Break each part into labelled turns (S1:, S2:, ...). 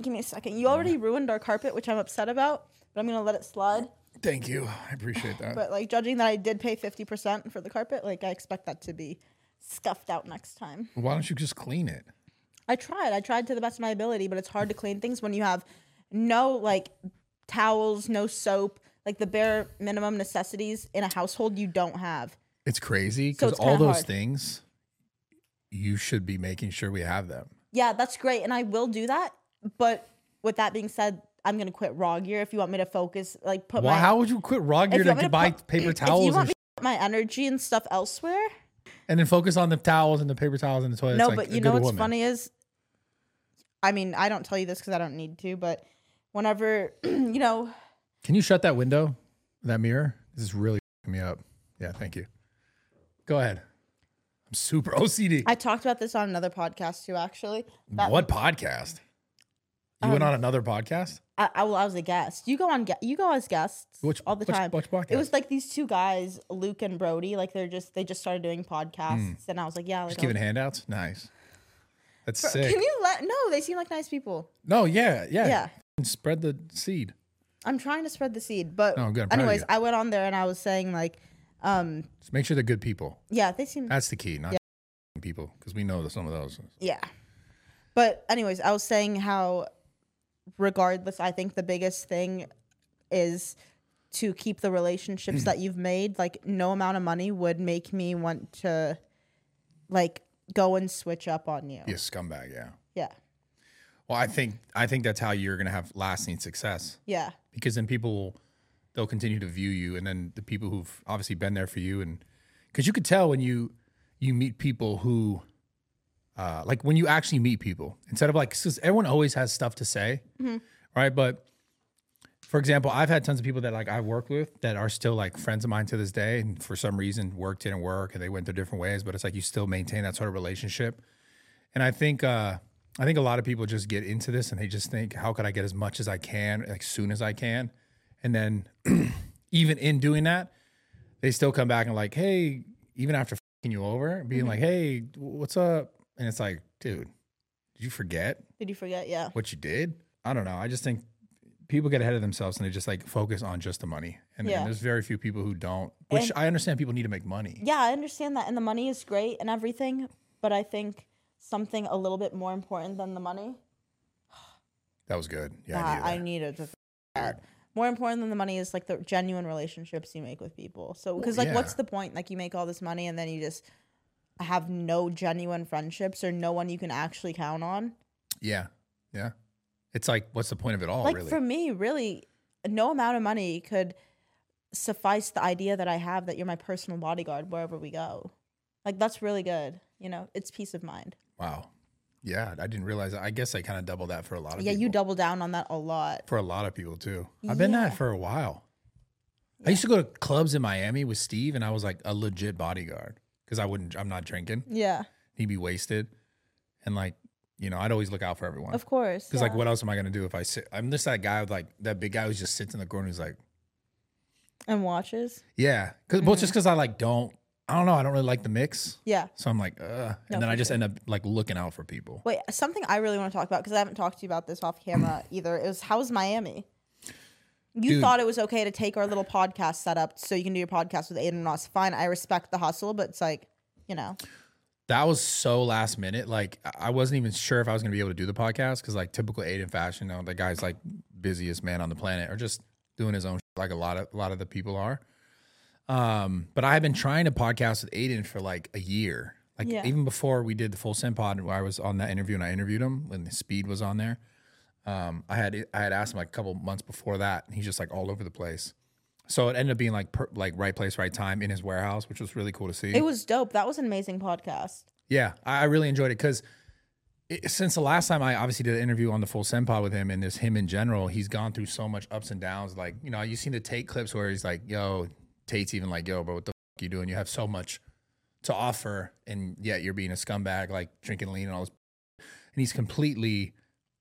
S1: Give me a second. You already ruined our carpet, which I'm upset about, but I'm gonna let it slide.
S2: Thank you. I appreciate that.
S1: But like judging that I did pay fifty percent for the carpet, like I expect that to be scuffed out next time.
S2: Why don't you just clean it?
S1: I tried. I tried to the best of my ability, but it's hard to clean things when you have no like towels, no soap, like the bare minimum necessities in a household you don't have.
S2: It's crazy
S1: So
S2: because
S1: it's
S2: all
S1: kinda
S2: those
S1: hard.
S2: things, you should be making sure we have them.
S1: Yeah, that's great, and I will do that. But with that being said, I'm gonna quit raw gear if you want me to focus, like put
S2: Why?
S1: my
S2: How would you quit raw gear
S1: you
S2: to,
S1: want me to
S2: buy
S1: put-
S2: paper
S1: if you
S2: towels
S1: want
S2: and,
S1: me
S2: sh-
S1: to put my energy and stuff elsewhere.
S2: and then focus on the towels and the paper towels and the toilets?
S1: no,
S2: like
S1: but
S2: a
S1: you know
S2: good
S1: what's
S2: woman.
S1: funny is, I mean, I don't tell you this because I don't need to, but whenever you know,
S2: Can you shut that window, that mirror? This is really f***ing me up. Yeah, thank you. Go ahead. I'm super OCD.
S1: I talked about this on another podcast too. Actually, that Um,
S2: what podcast? You went on another podcast?
S1: I, I, well, I was a guest. You go on. gue- You go as guests
S2: Which-
S1: all the
S2: which-
S1: time.
S2: which podcast?
S1: It was like these two guys, Luke and Brody. Like they're just they just started doing podcasts, and I was like, yeah, like,
S2: Hmm. Just
S1: I'll-
S2: giving handouts? Nice. That's
S1: Bro,
S2: sick.
S1: Can you let? No, they seem like nice people.
S2: no, yeah, yeah.
S1: Yeah.
S2: F***ing Spread the seed.
S1: I'm trying to spread the seed, but
S2: No, Oh, good. I'm proud of
S1: anyways,
S2: you.
S1: I went on there and I was saying like, um,
S2: Just make sure they're good people.
S1: yeah, they seem
S2: That's the key, not f***ing people, because we know that some of those.
S1: Yeah. But anyways, I was saying how regardless, I think the biggest thing is to keep the relationships that you've made. Like no amount of money would make me want to like go and switch up on you.
S2: Be a scumbag, yeah.
S1: Yeah.
S2: Well, I think I think that's how you're gonna have lasting success.
S1: Yeah.
S2: because then people will they'll continue to view you and then the people who've obviously been there for you and because you could tell when you you meet people who uh, like when you actually meet people instead of like because everyone always has stuff to say right but for example i've had tons of people that like i've worked with that are still like friends of mine to this day and for some reason work didn't work and they went their different ways but it's like you still maintain that sort of relationship and i think uh i think a lot of people just get into this and they just think how could i get as much as i can like soon as i can and then even in doing that they still come back and like hey even after fing you over being
S1: Mm-hmm.
S2: like hey what's up and it's like dude did you forget
S1: Did you forget? Yeah.
S2: what you did. I don't know. I just think people get ahead of themselves and they just like focus on just the money. And, and
S1: Yeah.
S2: there's very few people who don't, which I understand people need to make money.
S1: Yeah, I understand that and the money is great and everything, but I think something a little bit more important than the money.
S2: That was good. Yeah.
S1: Yeah,
S2: I
S1: I
S2: knew that.
S1: needed to. That. More important than the money is like the genuine relationships you make with people. So, because like,
S2: yeah.
S1: what's the point? Like, you make all this money and then you just have no genuine friendships or no one you can actually count on.
S2: yeah. Yeah. It's like, what's the point of it all,
S1: like
S2: Oh, really?
S1: for me, really, no amount of money could suffice the idea that I have that you're my personal bodyguard wherever we go. Like that's really good. You know, it's peace of mind.
S2: wow. Yeah. I didn't realize. I guess I kind of double that for a lot of
S1: Yeah,
S2: people.
S1: you double down on that a lot.
S2: For a lot of people, too. I've been that
S1: Yeah.
S2: for a while. I used to go to clubs in Miami with Steve and I was like a legit bodyguard because I wouldn't, I'm not drinking.
S1: Yeah,
S2: He'd be wasted. And like, you know, I'd always look out for everyone.
S1: of course.
S2: Because like,
S1: yeah.
S2: what else am I gonna do if I sit? I'm just that guy with like that big guy who just sits in the corner. Who's like,
S1: and watches.
S2: yeah, because well, it's
S1: Mm-hmm.
S2: just because I like don't, I don't know, I don't really like the mix,
S1: Yeah.
S2: so I'm like, uh, and
S1: No,
S2: then I
S1: for
S2: just end up like looking out for people.
S1: Wait, something I really want to talk about because I haven't talked to you about this off camera either. It was how's Miami? You
S2: Dude.
S1: thought it was okay to take our little podcast setup so you can do your podcast with Aiden Ross. Fine, I respect the hustle, but it's like, you know,
S2: That was so last minute. Like, I- I wasn't even sure if I was gonna be able to do the podcast because like typical Aiden fashion, you know, the guy's like busiest man on the planet, or just doing his own shit, like a lot of a lot of the people are. Um, but I had been trying to podcast with Aiden for like a year. Like
S1: Yeah.
S2: even before we did the full Sim pod, where I was on that interview and I interviewed him when the speed was on there. Um, I had I had asked him like a couple months before that, and he's just like all over the place. So it ended up being like per, like right place, right time in his warehouse, which was really cool to see.
S1: it was dope. That was an amazing podcast.
S2: Yeah, I I really enjoyed it because since the last time I obviously did an interview on the full Senpod with him and this him in general, he's gone through so much ups and downs. Like, you know, you've seen the Tate clips where he's like, yo, Tate's even like, yo, bro, what the fuck you doing? You have so much to offer and yet you're being a scumbag, like drinking lean and all this. And he's completely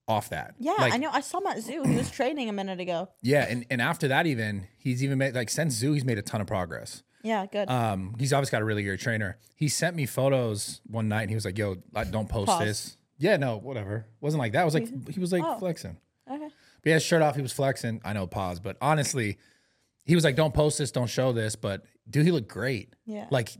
S2: off that.
S1: Yeah,
S2: Like,
S1: I know. I saw him at Zoo. He was training a minute ago.
S2: Yeah. And, and after that, even he's even made like since Zoo, he's made a ton of progress.
S1: Yeah, good.
S2: Uh, Um, he's obviously got a really good trainer. He sent me photos one night and he was like, "Yo, I don't post
S1: Pause.
S2: this. Yeah, no, whatever. Wasn't like that. It was like he was like
S1: Oh.
S2: flexing.
S1: Okay.
S2: But he had his shirt off. He was flexing. I know, pause. But honestly, he was like, "Don't post this. Don't show this." But dude, he looked great.
S1: Yeah.
S2: Like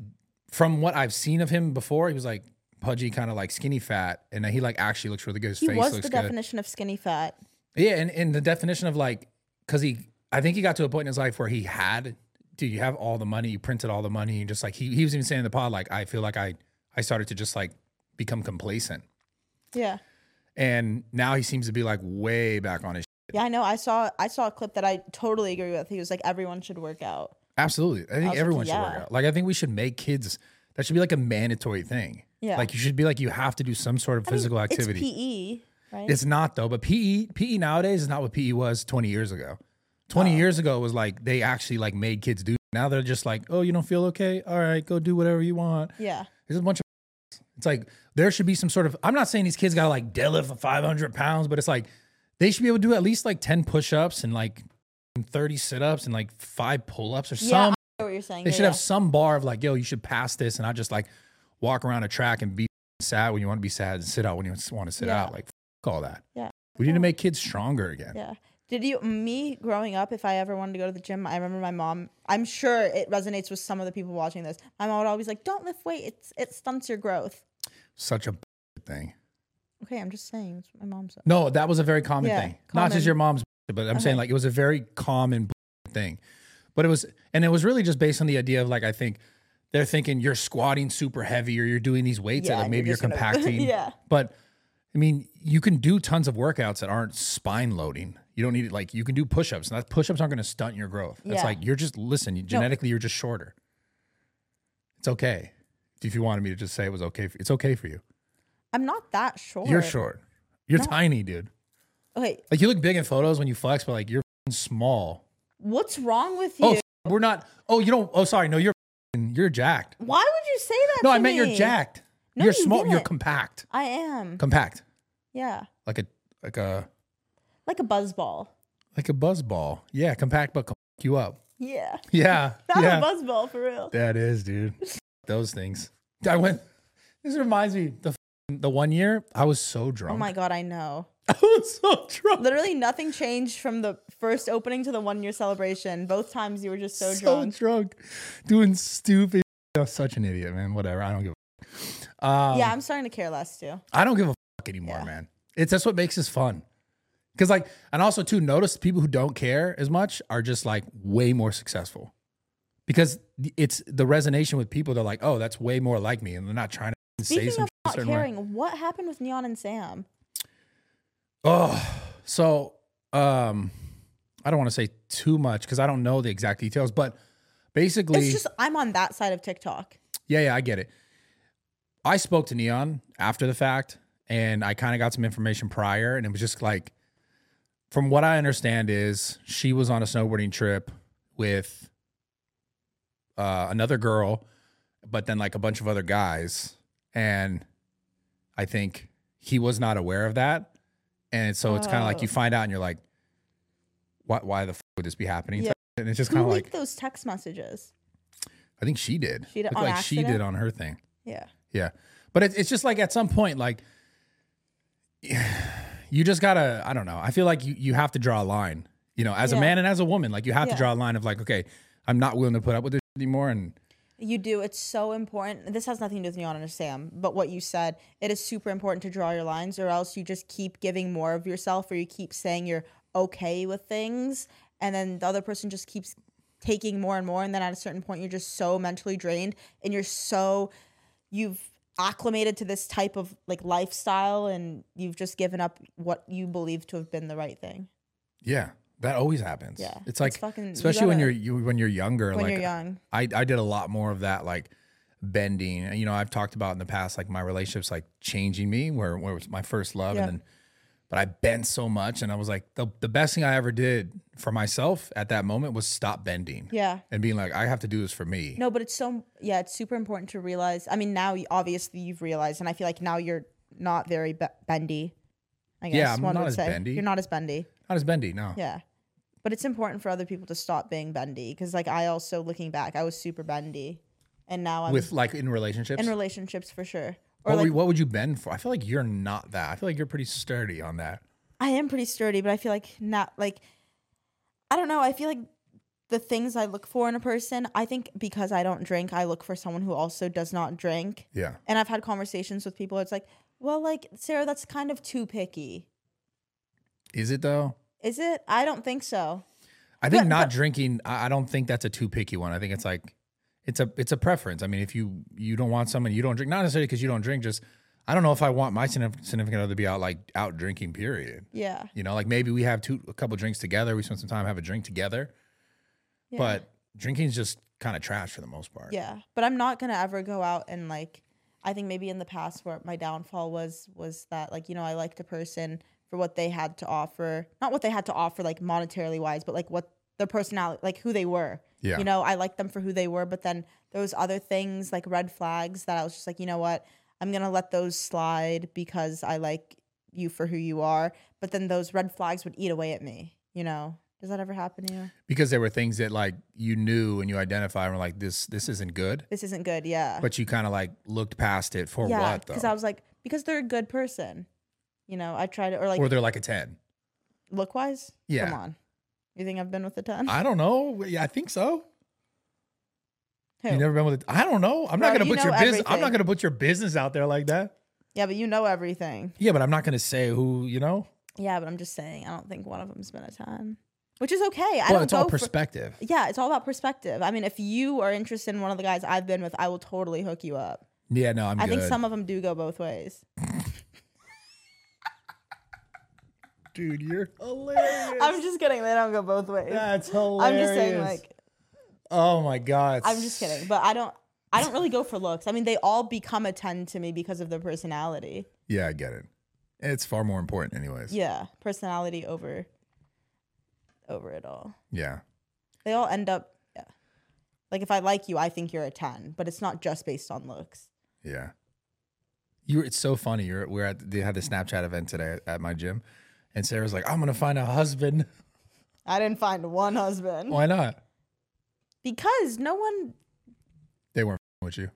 S2: from what I've seen of him before, he was like pudgy, kind of like skinny fat, and he like actually looks really good. His
S1: he
S2: face
S1: was
S2: looks
S1: the
S2: good.
S1: definition of skinny fat.
S2: Yeah, and, and the definition of like, because he, I think he got to a point in his life where he had, dude, you have all the money, you printed all the money, and just like he, he was even saying in the pod, like, I feel like I, I started to just like become complacent,
S1: Yeah.
S2: and now he seems to be like way back on his.
S1: Yeah, I know. I saw I saw a clip that I totally agree with. He was like, everyone should work out.
S2: Absolutely, I think
S1: was like,
S2: everyone should
S1: yeah.
S2: work out. Like, I think we should make kids. That should be like a mandatory thing.
S1: Yeah.
S2: Like you should be like you have to do some sort of physical activity.
S1: It's PE, right?
S2: It's not though, but PE PE E nowadays is not what PE was 20 years ago. 20 years ago was like they actually like made kids do. Now they're just like, "Oh, you don't feel okay? All right, go do whatever you want."
S1: yeah.
S2: It's a bunch of It's like there should be some sort of I'm not saying these kids got to like deadlift for 500 pounds, but it's like they should be able to do at least like 10 push-ups and like 30 sit-ups and like 5 pull-ups or
S1: yeah, I
S2: some
S1: know what you're saying.
S2: they
S1: Yeah,
S2: should
S1: yeah.
S2: have some bar of like, yo, you should pass this and not just like walk around a track and be sad when you want to be sad and sit out when you want to sit
S1: Yeah.
S2: out. Like, f- all that.
S1: Yeah.
S2: We need to make kids stronger again.
S1: Yeah. Did you, me growing up, if I ever wanted to go to the gym, I remember my mom, I'm sure it resonates with some of the people watching this. My mom would always like, don't lift weight. It's, it stunts your growth.
S2: Such a b- thing.
S1: Okay. I'm just saying. That's what my mom said.
S2: No, that was a very common
S1: Yeah,
S2: thing. Not
S1: common. Uh-huh.
S2: just your mom's, b- but I'm saying
S1: Okay.
S2: like it was a very common b- thing. But it was, and it was really just based on the idea of like, I think they're thinking you're squatting super heavy or you're doing these weights
S1: Yeah,
S2: that like
S1: and you're
S2: maybe you're
S1: just gonna-
S2: compacting.
S1: Yeah.
S2: But I mean, you can do tons of workouts that aren't spine loading. You don't need it. Like you can do push-ups. Not push-ups aren't going to stunt your growth. It's
S1: Yeah.
S2: like you're just listen. You, genetically, you're just shorter. It's okay. If you wanted me to just say it was okay, for, it's okay for you.
S1: I'm not that short.
S2: You're short. You're tiny, dude.
S1: Okay.
S2: Like you look big in photos when you flex, but like you're f***ing small.
S1: What's wrong with you?
S2: Oh, f- we're not. Oh, you don't. Oh, sorry. No, you're. f***ing- You're jacked.
S1: Why would you say that?
S2: No,
S1: to
S2: I meant you're
S1: me?
S2: jacked.
S1: No,
S2: you're
S1: you
S2: small. You're
S1: didn't.
S2: compact.
S1: I am.
S2: Compact.
S1: Yeah.
S2: Like a like a
S1: Like a buzz ball.
S2: like a buzz ball. Yeah, compact, but com- you up.
S1: Yeah.
S2: Yeah,
S1: Not
S2: yeah.
S1: a buzz ball for real.
S2: that is, dude. Those things. I went. This reminds me the f- the one year I was so drunk.
S1: Oh my god, I know.
S2: I was so drunk.
S1: Literally nothing changed from the first opening to the one year celebration. Both times you were just so,
S2: so
S1: drunk.
S2: drunk. doing stupid. I was such an idiot, man. Whatever. I don't give. A f- um,
S1: yeah, I'm starting to care less too.
S2: I don't give a fuck anymore,
S1: Yeah.
S2: man. It's that's what makes this fun. Cause like, and also too, notice people who don't care as much are just like way more successful. Because it's the resonation with people. They're like, oh, that's way more like me, and they're not trying to say
S1: Speaking
S2: some
S1: of
S2: shit a
S1: not
S2: certain way.
S1: caring, what happened with Neon and Sam?
S2: Oh, so um, I don't want to say too much because I don't know the exact details, but basically,
S1: It's just I'm on that side of TikTok.
S2: Yeah, yeah, I get it. I spoke to Neon after the fact and I kind of got some information prior and it was just like from what I understand is she was on a snowboarding trip with uh, another girl but then like a bunch of other guys and I think he was not aware of that and so it's kind of like
S1: Oh.
S2: you find out and you're like why why the f- would this be happening
S1: Yeah.
S2: and it's just
S1: Who
S2: kind of
S1: leaked
S2: like
S1: those text messages?
S2: I think she did
S1: She did-
S2: Looked
S1: on
S2: like she did
S1: accident?
S2: on her thing
S1: Yeah.
S2: yeah. But it, it's just like at some point, like you just gotta, I don't know. I feel like you, you have to draw a line, you know, as a
S1: Yeah.
S2: man and as a woman, like you have
S1: Yeah.
S2: to draw a line of like, okay, I'm not willing to put up with this anymore. And
S1: You do. It's so important. This has nothing to do with Neon and Sam, but what you said, it is super important to draw your lines, or else you just keep giving more of yourself, or you keep saying you're okay with things, and then the other person just keeps taking more and more. And then at a certain point, you're just so mentally drained, and you're so, you've acclimated to this type of like lifestyle, and you've just given up what you believe to have been the right thing.
S2: yeah, that always happens.
S1: Yeah.
S2: It's like,
S1: It's fucking- you
S2: especially when
S1: gotta-
S2: you're, you, when you're younger,
S1: When
S2: like
S1: you're young,
S2: I, I did a lot more of that, like bending. And, You know, I've talked about in the past, like my relationships, like changing me where, where it was my first love.
S1: Yeah.
S2: And then, but I bent so much. And I was like, the, the best thing I ever did for myself at that moment was stop bending.
S1: yeah.
S2: and being like, I have to do this for me.
S1: No, but it's so yeah, it's super important to realize. I mean, now you- obviously you've realized, and I feel like now you're not very be- bendy. I guess
S2: Yeah, I'm
S1: one
S2: not
S1: would
S2: as
S1: say
S2: bendy.
S1: you're not as bendy.
S2: Not as bendy, no.
S1: Yeah, but it's important for other people to stop being bendy because, like, I also looking back, I was super bendy, and now I'm
S2: With like in relationships.
S1: in relationships for sure. Or
S2: what,
S1: like
S2: would- what would you bend for? I feel like you're not that. I feel like you're pretty sturdy on that.
S1: I am pretty sturdy, but I feel like not like I don't know. I feel like the things I look for in a person, I think because I don't drink, I look for someone who also does not drink.
S2: Yeah.
S1: And I've had conversations with people. It's like, well, like Sarah, that's kind of too picky.
S2: Is it though?
S1: Is it? I don't think so.
S2: I think
S1: But-
S2: not drinking. I I don't think that's a too picky one. I think it's like it's a it's a preference. I mean, if you you don't want someone you don't drink, not necessarily because you don't drink. Just I don't know if I want my signif- significant other to be out like out drinking. Period.
S1: Yeah.
S2: You know, like maybe we have two a couple drinks together. We spend some time have a drink together.
S1: yeah.
S2: But drinking's just kind of trash for the most part.
S1: yeah, but I'm not gonna ever go out and like. I think maybe in the past where my downfall was was that like you know I liked a person for what they had to offer, not what they had to offer like monetarily wise, but like what their personality, like who they were.
S2: Yeah.
S1: You know, I liked them for who they were, but then there was other things like red flags that I was just like, you know what, I'm gonna let those slide because I like you for who you are. But then those red flags would eat away at me. You know, does that ever happen to you?
S2: Because there were things that like you knew and you identified and were like this this isn't good.
S1: This isn't good. Yeah.
S2: But you kind of like looked past it for
S1: yeah,
S2: what
S1: because
S2: though?
S1: I was like, because they're a good person, you know. I try to, or like
S2: or they're like a ten.
S1: look wise.
S2: Yeah.
S1: come on. You think I've been with a ton?
S2: I don't know. Yeah, I think so.
S1: Who?
S2: You never been with? A, I don't know. I'm not
S1: Bro,
S2: gonna
S1: you
S2: put your
S1: know
S2: business. I'm
S1: everything.
S2: not gonna put your business out there like that.
S1: yeah, but you know everything.
S2: Yeah, but I'm not gonna say who. You know.
S1: Yeah, but I'm just saying, I don't think one of them's been a ton, which is okay. I
S2: Well,
S1: don't
S2: it's
S1: go
S2: all
S1: for-
S2: perspective.
S1: yeah, it's all about perspective. I mean, if you are interested in one of the guys I've been with, I will totally hook you up.
S2: yeah, no, I'm
S1: I
S2: good.
S1: think some of them do go both ways.
S2: Dude, you're hilarious.
S1: I'm just kidding. They don't go both ways.
S2: That's hilarious.
S1: I'm just saying, like,
S2: Oh my god.
S1: I'm just kidding. But I don't, I don't really go for looks. I mean, they all become a ten to me because of their personality.
S2: Yeah, I get it. It's far more important, anyways. Yeah.
S1: yeah personality over over it all they all end up yeah like if i like you i think you're a 10 but it's not just based on looks
S2: Yeah. You were, it's so funny. You're we're at they had the Snapchat event today at my gym, and Sarah's like, "I'm gonna find a husband."
S1: i didn't find one husband
S2: Why not?
S1: because no one
S2: They weren't f***ing with you.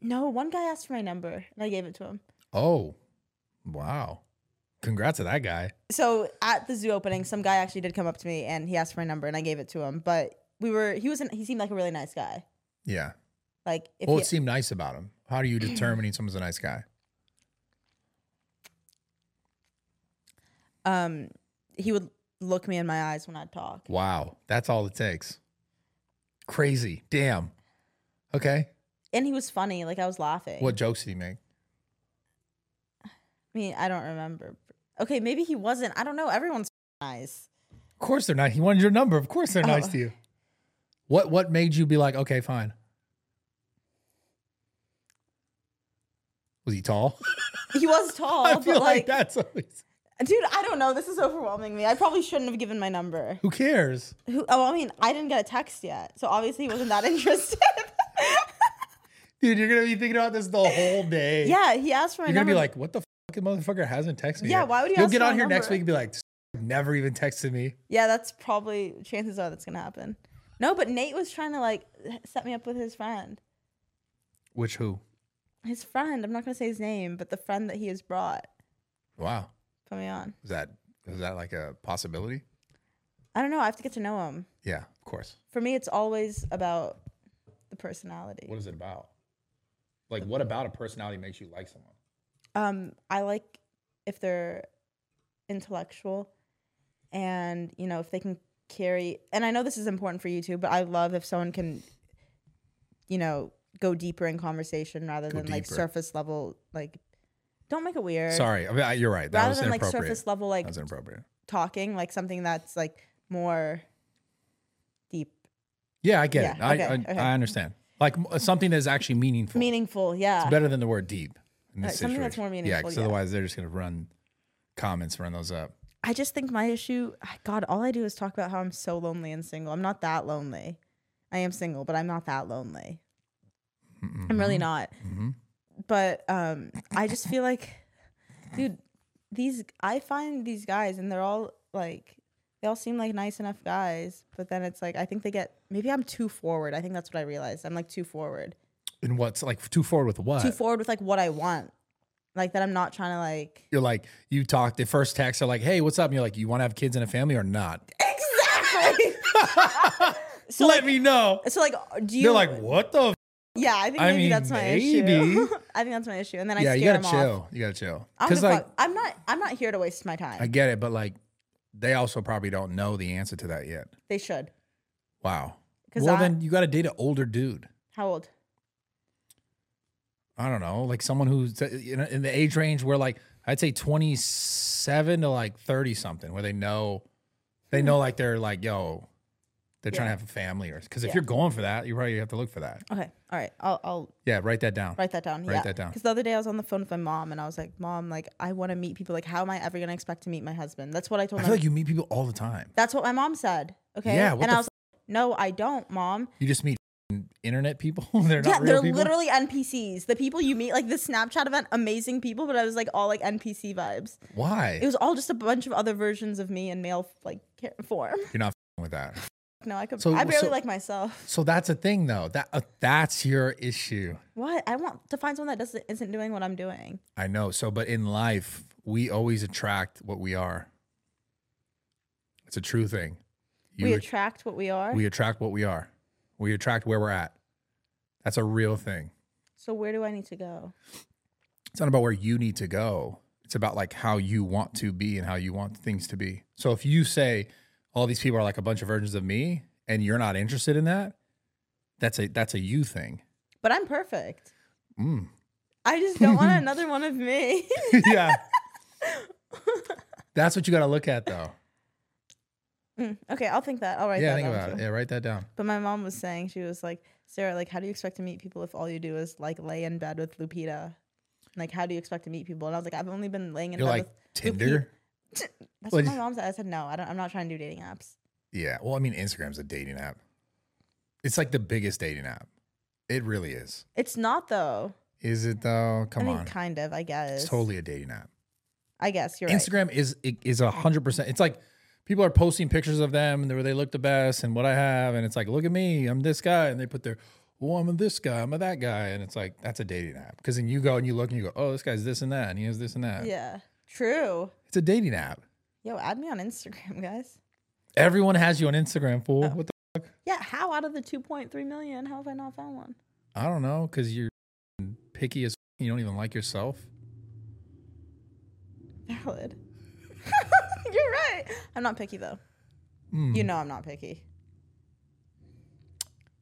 S1: no one guy asked for my number and i gave it to him
S2: Oh, wow! Congrats to that guy.
S1: so at the zoo opening some guy actually did come up to me and he asked for my number and i gave it to him but we were he wasn't he seemed like a really nice guy
S2: Yeah.
S1: like if
S2: well,
S1: he,
S2: it seemed nice about him. How do you determine someone's a nice guy?
S1: um he would look me in my eyes when i'd talk
S2: Wow, that's all it takes. Crazy. Damn. Okay.
S1: and he was funny like i was laughing
S2: What jokes did he make?
S1: I mean, I don't remember. Okay, maybe he wasn't. I don't know. Everyone's nice.
S2: Of course they're nice. He wanted your number. Of course they're nice
S1: Oh.
S2: to you. What What made you be like, okay, fine? Was he tall?
S1: He was tall,
S2: I
S1: but
S2: feel like,
S1: like,
S2: that's always.
S1: dude, I don't know. This is overwhelming me. I probably shouldn't have given my number.
S2: Who cares?
S1: Who? Oh, I mean, I didn't get a text yet, so obviously he wasn't that interested.
S2: Dude, you're gonna be thinking about this the whole day.
S1: yeah, he asked for my
S2: You're gonna
S1: number.
S2: be like, what the fucking motherfucker hasn't texted me?
S1: Yeah,
S2: yet?
S1: why would he
S2: You'll
S1: ask
S2: get
S1: for
S2: on
S1: my
S2: here next
S1: number?
S2: week and be like, "This never even texted me.
S1: yeah, that's probably chances are that's gonna happen. No, but Nate was trying to like set me up with his friend.
S2: Which who?
S1: His friend. I'm not gonna say his name, but the friend that he has brought.
S2: Wow.
S1: Put me on.
S2: Is that is that like a possibility?
S1: I don't know. I have to get to know him.
S2: Yeah, of course.
S1: For me, it's always about the personality.
S2: What is it about? Like, what about a personality makes you like someone?
S1: Um, I like if they're intellectual and you know if they can carry and I know this is important for you too, but I love if someone can you know go deeper in conversation rather
S2: Go
S1: than like
S2: deeper.
S1: surface level like don't make it weird.
S2: Sorry, I mean, I- you're right. That
S1: Rather
S2: was
S1: than like
S2: inappropriate.
S1: surface level like
S2: that was inappropriate.
S1: talking, like something that's like more deep
S2: Yeah, I get
S1: Yeah,
S2: it.
S1: okay,
S2: I, I,
S1: okay.
S2: I understand. Like m- something that's actually meaningful.
S1: meaningful, yeah.
S2: It's better than the word deep. In this
S1: Right, uh, something that's
S2: situation.
S1: more
S2: Yeah,
S1: meaningful,
S2: because
S1: yeah.
S2: otherwise they're just gonna run comments, run those up.
S1: I just think my issue, God, all I do is talk about how I'm so lonely and single. I'm not that lonely. I am single, but I'm not that lonely. I'm
S2: Mm-hmm.
S1: really not. But um, I just feel like, dude, these I find these guys, and they're all like, they all seem like nice enough guys. But then it's like, I think they get maybe I'm too forward. I think that's what I realized. I'm like too forward.
S2: in what's like too forward with what
S1: too forward with like what I want, like that I'm not trying to like
S2: you're like you talk the first text are like hey what's up and you're like you want to have kids and a family or not
S1: exactly. so
S2: let
S1: like,
S2: me know
S1: so like, do you?
S2: they're like what the f-?
S1: yeah, I think
S2: I
S1: maybe
S2: mean,
S1: that's my
S2: maybe.
S1: issue. I think that's my issue, and then I
S2: yeah
S1: scare
S2: you gotta
S1: them
S2: chill
S1: off.
S2: you gotta chill
S1: I don't
S2: because
S1: give a
S2: like
S1: fuck. I'm not. I'm not here to waste my time.
S2: I get it but like they also probably don't know the answer to that yet
S1: they should.
S2: wow
S1: 'Cause
S2: well
S1: I-
S2: then you gotta date an older dude
S1: How old?
S2: I don't know like someone who's uh, in in the age range where like I'd say 27 to like 30 something where they know they know like they're like yo they're
S1: Hmm.
S2: trying to
S1: Yeah.
S2: have a family or because if
S1: Yeah.
S2: you're going for that you probably have to look for that
S1: Okay. All right. I'll. I'll
S2: yeah write that down
S1: Write that down.
S2: Write
S1: yeah.
S2: that down.
S1: Because the other day I was on the phone with my mom and I was like, Mom, like I want to meet people. Like, how am I ever gonna expect to meet my husband? That's what I told
S2: I
S1: my
S2: feel like you meet people all the time.
S1: That's what my mom said. Okay.
S2: Yeah, what
S1: and
S2: the
S1: I was like, No, I don't, mom.
S2: You just meet f***ing internet people. they're not
S1: yeah,
S2: real
S1: they're
S2: people.
S1: literally NPCs. The people you meet, like the Snapchat event, amazing people, but I was like all like NPC vibes.
S2: Why?
S1: It was all just a bunch of other versions of me in male like ca- form.
S2: You're not f***ing with that.
S1: No, I could.
S2: So-
S1: I barely
S2: so-
S1: like myself.
S2: So that's a thing, though. That uh, that's your issue.
S1: What? I want to find someone that doesn't isn't doing what I'm doing.
S2: I know. So, but in life, we always attract what we are. It's a true thing. You
S1: we
S2: at-
S1: attract what we are.
S2: we attract what we are. We attract where we're at. That's a real thing.
S1: so where do I need to go?
S2: It's not about where you need to go. It's about like how you want to be and how you want things to be. So if you say all these people are like a bunch of versions of me and you're not interested in that, that's a that's a you thing.
S1: But I'm perfect.
S2: Mm.
S1: I just don't want another one of me.
S2: yeah. That's what you got to look at though.
S1: Mm, okay, I'll think that. I'll write
S2: yeah,
S1: that
S2: think
S1: down
S2: about it.
S1: too.
S2: Yeah, write that down.
S1: But my mom was saying she was like, Sarah, like, how do you expect to meet people if all you do is like lay in bed with Lupita? Like, how do you expect to meet people? And I was like, I've only been laying in
S2: You're
S1: bed
S2: like
S1: with.
S2: Tinder?
S1: That's
S2: what
S1: what
S2: do
S1: my
S2: you-
S1: mom said. I said no. I don't. I'm not trying to do dating apps.
S2: Yeah. Well, I mean Instagram's a dating app. It's like the biggest dating app. It really is.
S1: It's not though.
S2: Is it though? Come
S1: I mean,
S2: on.
S1: kind of. I guess.
S2: It's totally a dating app.
S1: I guess you're right.
S2: Instagram is is is a hundred percent. It's like people are posting pictures of them and where they look the best and what I have, and it's like, look at me, I'm this guy, and they put their, oh, I'm this guy, I'm that guy, and it's like that's a dating app because then you go and you look and you go, oh, this guy's this and that, and he has this and that.
S1: Yeah. True.
S2: It's a dating app.
S1: Yo, add me on Instagram, guys.
S2: Everyone has you on Instagram, fool.
S1: Oh.
S2: What the,
S1: Yeah. How out of the 2.3 million, how have I not found one?
S2: I don't know, because you're picky as you don't even like yourself.
S1: Valid. You're right. I'm not picky though.
S2: Hmm.
S1: You know I'm not picky.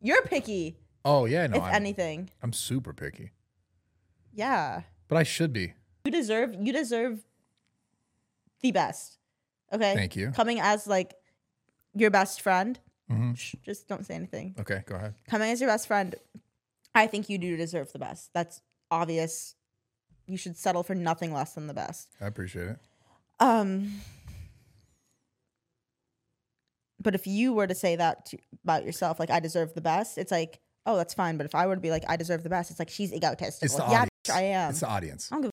S1: You're picky,
S2: Oh yeah, no,
S1: if
S2: I'm,
S1: anything.
S2: I'm super picky,
S1: Yeah.
S2: but I should be.
S1: You deserve you deserve the best. Okay?
S2: Thank you.
S1: Coming as like your best friend.
S2: Mhm.
S1: Shh, just don't say anything.
S2: Okay, go ahead.
S1: Coming as your best friend, I think you do deserve the best. That's obvious. You should settle for nothing less than the best.
S2: I appreciate it.
S1: Um, but if you were to say that to, about yourself, like I deserve the best, it's like, oh, that's fine. But if I were to be like, I deserve the best, it's like she's egotistical.
S2: It's the
S1: yeah,
S2: audience.
S1: bitch, I am.
S2: It's the audience.
S1: I don't give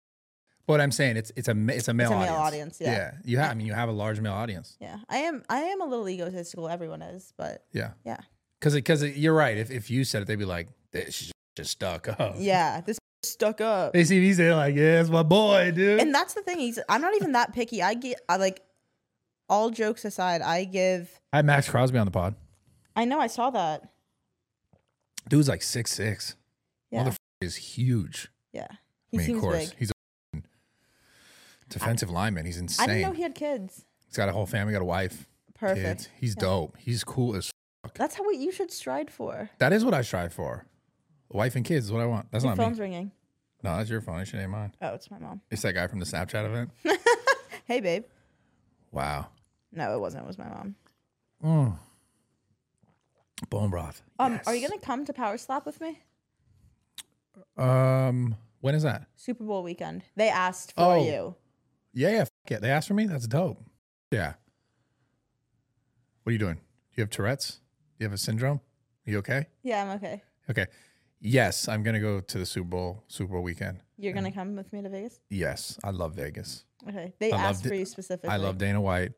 S2: But I'm saying it's it's a ma- it's a male,
S1: a male
S2: audience.
S1: audience, yeah.
S2: you have. I mean, you have a large male audience.
S1: yeah, I am. I am a little egotistical. Everyone is, but
S2: Yeah,
S1: yeah,
S2: because because you're right. If if you said it, they'd be like, "This sh- just stuck up."
S1: yeah. This stuck up.
S2: They see me saying like, "Yeah, it's my boy, dude."
S1: And that's the thing. He's. I'm not even that picky. I get. I like. All jokes aside, I give.
S2: I had Max Crosby on the pod.
S1: I know. I saw that.
S2: Dude's like six six.
S1: Yeah.
S2: Motherfucker is huge.
S1: yeah. He
S2: I mean,
S1: seems
S2: of course,
S1: big.
S2: he's a f***ing defensive lineman. He's
S1: I
S2: insane.
S1: didn't know he had kids.
S2: he's got a whole family, got a wife,
S1: Perfect.
S2: kids. He's dope. He's cool as. Fuck.
S1: That's how what you should strive for.
S2: That is what I strive for. A wife and kids is what I want. That's
S1: Your
S2: not
S1: phone's
S2: me.
S1: ringing.
S2: No, that's your phone. That shit ain't mine.
S1: Oh, it's my mom.
S2: It's that guy from the Snapchat event.
S1: Hey, babe.
S2: Wow.
S1: No, it wasn't. It was my mom.
S2: Mm. Bone broth.
S1: Um, are you gonna come to Power Slap with me?
S2: gonna? Um, when is that?
S1: Super Bowl weekend. They asked for
S2: Oh.
S1: you.
S2: Yeah, yeah. Fuck it. They asked for me. That's dope. Yeah. What are you doing? Do you have Tourette's? Do you have a syndrome? you okay?
S1: Yeah, I'm okay.
S2: Okay. Yes, I'm gonna go to the Super Bowl Super Bowl weekend.
S1: You're gonna come with me to Vegas.
S2: Yes, I love Vegas.
S1: Okay. They
S2: I
S1: asked
S2: loved it.
S1: for you specifically.
S2: I love Dana White.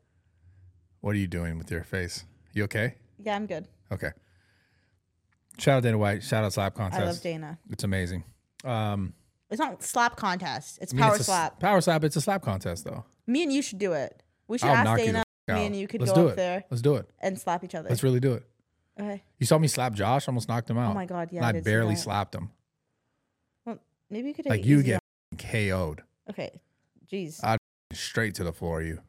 S2: What are you doing with your face? You okay?
S1: Yeah, I'm good.
S2: Okay. Shout out Dana White. Shout out Slap Contest.
S1: I love Dana.
S2: It's amazing. Um,
S1: It's not slap contest. It's
S2: I mean,
S1: power
S2: it's a
S1: slap.
S2: s- Power slap. It's a slap contest though.
S1: Me and you should do it. We should
S2: I'll knock
S1: ask
S2: you the
S1: Dana. Me
S2: f- out.
S1: and you could
S2: Let's
S1: go
S2: do
S1: up
S2: it.
S1: there
S2: Let's do it.
S1: and slap each other.
S2: Let's really do it.
S1: okay.
S2: You saw me slap Josh. Almost knocked him out.
S1: Oh my god, yeah.
S2: and I,
S1: did see
S2: barely
S1: that.
S2: slapped him.
S1: Well, maybe you could take
S2: Like
S1: it
S2: you
S1: easy
S2: get f***ing KO'd
S1: on- Okay. Jeez.
S2: I- straight to the floor. You.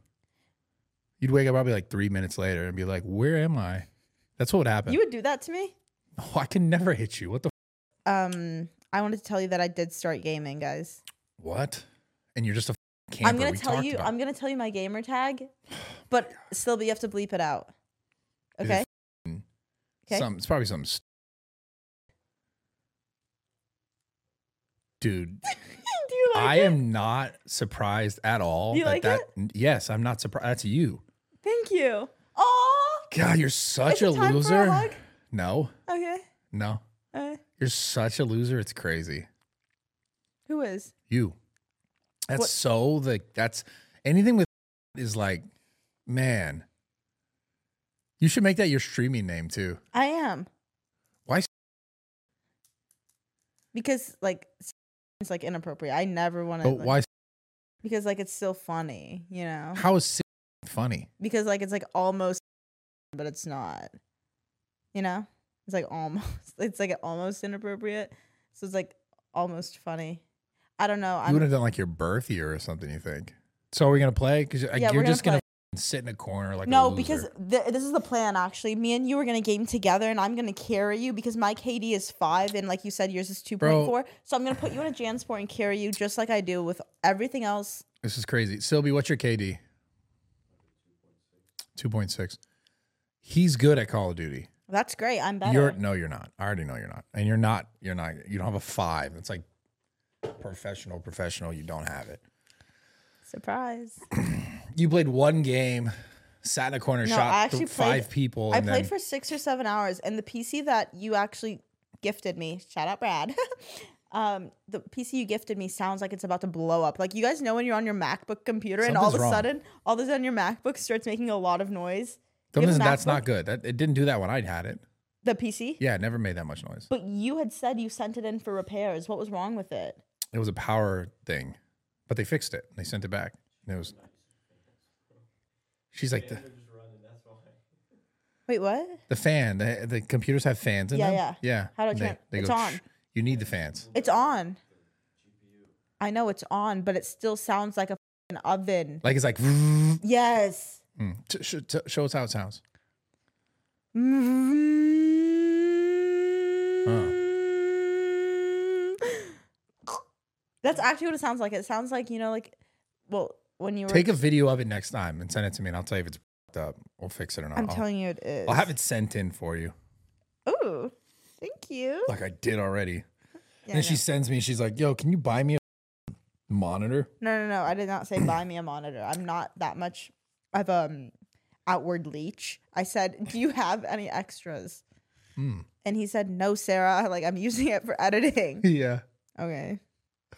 S2: You'd wake up probably like three minutes later and be like, "Where am I?" That's what would happen.
S1: you would do that to me?
S2: oh, I can never hit you. What the
S1: Um I wanted to tell you that I did start gaming, guys.
S2: f- what? And you're just a f***ing camper.
S1: I'm gonna
S2: We
S1: tell
S2: talked
S1: you
S2: about
S1: I'm gonna tell you my gamer tag, but still but you have to bleep it out.
S2: Is it
S1: Okay? okay.
S2: Some, it's probably something. St- Dude,
S1: do you like
S2: I
S1: it?
S2: am not surprised at all.
S1: You
S2: that
S1: like
S2: that, Yes, I'm not surprised. That's you.
S1: Thank you. Oh
S2: God, you're such
S1: Is it
S2: a
S1: time for a
S2: loser.
S1: hug?
S2: No,
S1: okay.
S2: no,
S1: Uh,
S2: you're such a loser. It's crazy.
S1: who is?
S2: You. That's
S1: What-
S2: so like that's anything with is like, man. You should make that your streaming name too.
S1: I am.
S2: Why s-
S1: Because like s- it's like inappropriate. I never want to.
S2: But why?
S1: Because like it's still funny, you know.
S2: How is funny?
S1: Because like it's like almost, but it's not. You know, it's like almost. It's like almost inappropriate. So it's like almost funny. I don't know.
S2: you would
S1: I'm,
S2: have done like your birth year or something. You think? So are we gonna play? Because
S1: Yeah,
S2: you're
S1: we're gonna
S2: just gonna
S1: play.
S2: f***ing sit in a corner like a
S1: no,
S2: loser.
S1: because th- this is the plan. Actually, me and you are gonna game together, and I'm gonna carry you because my KD is five, and like you said, yours is two point four. So I'm gonna put you in a Jansport and carry you just like I do with everything else.
S2: this is crazy. Sylvie, what's your KD? Two point six. He's good at Call of Duty.
S1: That's great. I'm better.
S2: You're no, you're not. I already know you're not, and you're not. You're not. You don't have a five. It's like professional, professional. You don't have it.
S1: Surprise.
S2: You played one game, sat in a corner,
S1: No,
S2: shot
S1: I
S2: th-
S1: actually
S2: five
S1: played-
S2: people.
S1: I
S2: and
S1: played
S2: then,
S1: for six or seven hours, and the PC that you actually gifted me, shout out Brad. um, the PC you gifted me sounds like it's about to blow up. Like you guys know when you're on your MacBook computer, and all of
S2: Something's
S1: a
S2: wrong.
S1: sudden, all of a sudden your MacBook starts making a lot of noise. You have a
S2: Something- that's
S1: MacBook?
S2: not good. That it didn't do that when I had it.
S1: The PC.
S2: Yeah, it never made that much noise.
S1: But you had said you sent it in for repairs. What was wrong with it?
S2: It was a power thing, but they fixed it. They sent it back. And it was. She's like the,
S1: Wait, what?
S2: the fan. The, the computers have fans in
S1: Yeah,
S2: them.
S1: yeah.
S2: Yeah.
S1: How do I
S2: And they-
S1: turn-
S2: they
S1: it's
S2: go,
S1: on.
S2: "Shh, You need the fans.
S1: It's on. I know it's on, but it still sounds like a fing oven.
S2: Like it's like.
S1: Yes.
S2: Mm. T- sh- t- show us how it sounds. Mm-hmm.
S1: That's actually what it sounds like. It sounds like you know, like, well, when you were.
S2: Take a video of it next time and send it to me, and I'll tell you if it's fucked up. We'll fix it or not.
S1: I'm
S2: I'll-
S1: telling you, it is.
S2: I'll have it sent in for you.
S1: Ooh, thank you.
S2: like I did already.
S1: Yeah,
S2: and then
S1: I
S2: she
S1: know.
S2: sends me, she's like, "Yo, can you buy me a monitor?"
S1: no, no, no. I did not say buy me a monitor. I'm not that much of um outward leech. I said, do you have any extras?
S2: Hmm.
S1: And he said, no, Sarah. Like I'm using it for editing.
S2: Yeah.
S1: okay.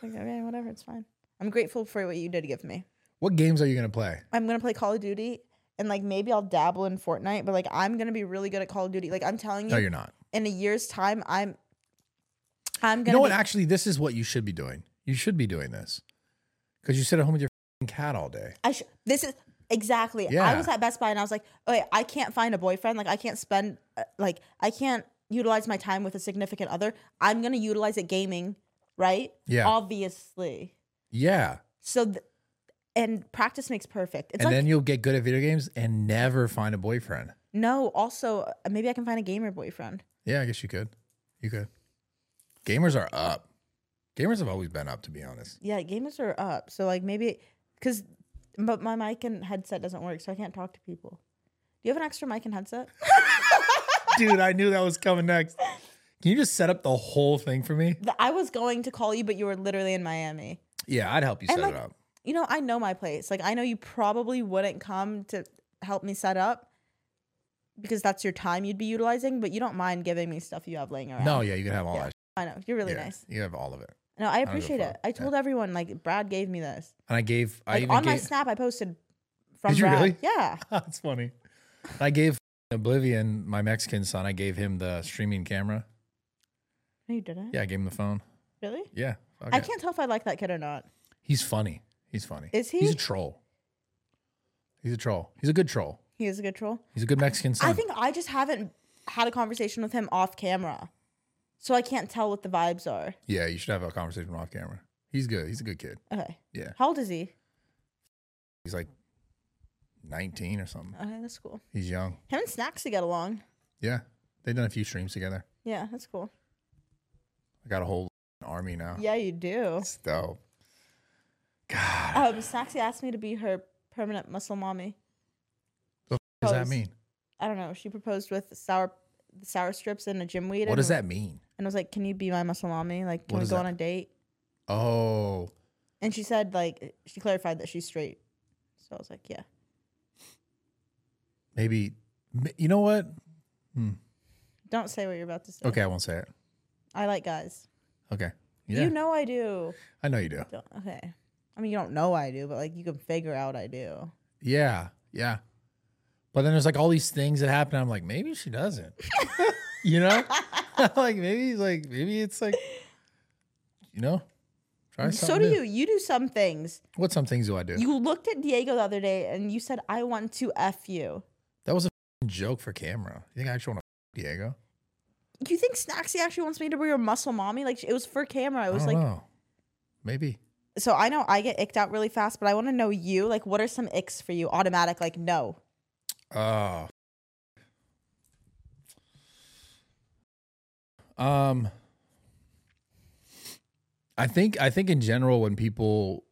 S1: Like, okay, whatever. It's fine. I'm grateful for what you did give me.
S2: What games are you gonna play?
S1: I'm gonna play Call of Duty and like maybe I'll dabble in Fortnite, but like I'm gonna be really good at Call of Duty. Like I'm telling you,
S2: No, you're not.
S1: in a year's time, I'm I'm
S2: You
S1: gonna
S2: know
S1: be-
S2: what? Actually, this is what you should be doing. You should be doing this because you sit at home with your fing cat all day.
S1: I sh- this is exactly. I
S2: Yeah.
S1: was at Best Buy and I was like, okay, I can't find a boyfriend. Like I can't spend uh, like I can't utilize my time with a significant other. I'm gonna utilize it gaming, right?
S2: Yeah.
S1: Obviously.
S2: Yeah.
S1: So, th- and practice makes perfect. It's
S2: and
S1: like
S2: then you'll get good at video games and never find a boyfriend.
S1: no. Also, uh, maybe I can find a gamer boyfriend.
S2: Yeah, I guess you could. You could. Gamers are up. Gamers have always been up, to be honest.
S1: Yeah, gamers are up. So like maybe because but my mic and headset doesn't work, so I can't talk to people. Do you have an extra mic and headset?
S2: Dude, I knew that was coming next. Can you just set up the whole thing for me?
S1: Th- I was going to call you, but you were literally in Miami.
S2: Yeah, I'd help you
S1: And,
S2: set
S1: like,
S2: it up.
S1: You know, I know my place. Like I know you probably wouldn't come to help me set up because that's your time you'd be utilizing, but you don't mind giving me stuff you have laying around.
S2: No, yeah, you could have all
S1: Yeah.
S2: that.
S1: I know. You're really
S2: Yeah,
S1: nice.
S2: You have all of it.
S1: No, I
S2: give a
S1: appreciate it.
S2: fuck.
S1: I told everyone like Brad gave me this.
S2: And I gave I
S1: Like
S2: even
S1: on my
S2: gave
S1: snap I posted from
S2: Did you
S1: Brad.
S2: really?
S1: Yeah.
S2: That's funny. I gave Oblivion, my Mexican son, I gave him the streaming camera.
S1: No, you didn't.
S2: Yeah, I gave him the phone.
S1: Really?
S2: Yeah. fuck
S1: I
S2: it.
S1: can't tell if I like that kid or not.
S2: He's funny. He's funny.
S1: Is he?
S2: He's a troll. He's a troll. He's a good troll.
S1: He is a good troll.
S2: He's a good Mexican son.
S1: I think I just haven't had a conversation with him off camera, so I can't tell what the vibes are.
S2: yeah, you should have a conversation off camera. He's good. He's a good kid.
S1: Okay.
S2: Yeah.
S1: How old is he?
S2: He's like 19 or something.
S1: Okay, that's cool.
S2: He's young.
S1: Him and Snacks to get along.
S2: Yeah. They've done a few streams together.
S1: Yeah, that's cool.
S2: I got a whole army now.
S1: Yeah, you do.
S2: It's dope. God.
S1: Um, Snaxy asked me to be her permanent muscle mommy.
S2: What does
S1: Pose.
S2: that mean?
S1: I don't know. She proposed with sour sour strips and a gym weed.
S2: What
S1: and
S2: does that mean?
S1: And I was like, "Can you be my muscle mommy? Like, can
S2: What
S1: we
S2: is
S1: go
S2: that?
S1: on a date?"
S2: Oh,
S1: And she said, like, she clarified that she's straight. So I was like, "Yeah."
S2: maybe. m- You know what?
S1: Don't say what you're about to say.
S2: Okay, I won't say it.
S1: I like guys.
S2: Okay. Yeah.
S1: You know I do.
S2: I know you do.
S1: Don't, okay. I mean, you don't know I do, but like you can figure out I do.
S2: Yeah, yeah. But then there's like all these things that happen. I'm like, maybe she doesn't. you know, like maybe like maybe it's like, you know, try something.
S1: So do
S2: new.
S1: you. You do some things.
S2: What some things do I do?
S1: You looked at Diego the other day and you said, "I want to f you."
S2: that was a f***ing joke for camera. You think I actually want to Diego?
S1: Do you think Snaxy actually wants me to be your muscle mommy? Like it was for camera. It
S2: I
S1: was
S2: don't
S1: like
S2: know. Maybe.
S1: so I know I get icked out really fast, but I want to know you. Like, what are some icks for you? Automatic, like no.
S2: Oh. Um I think I think in general when people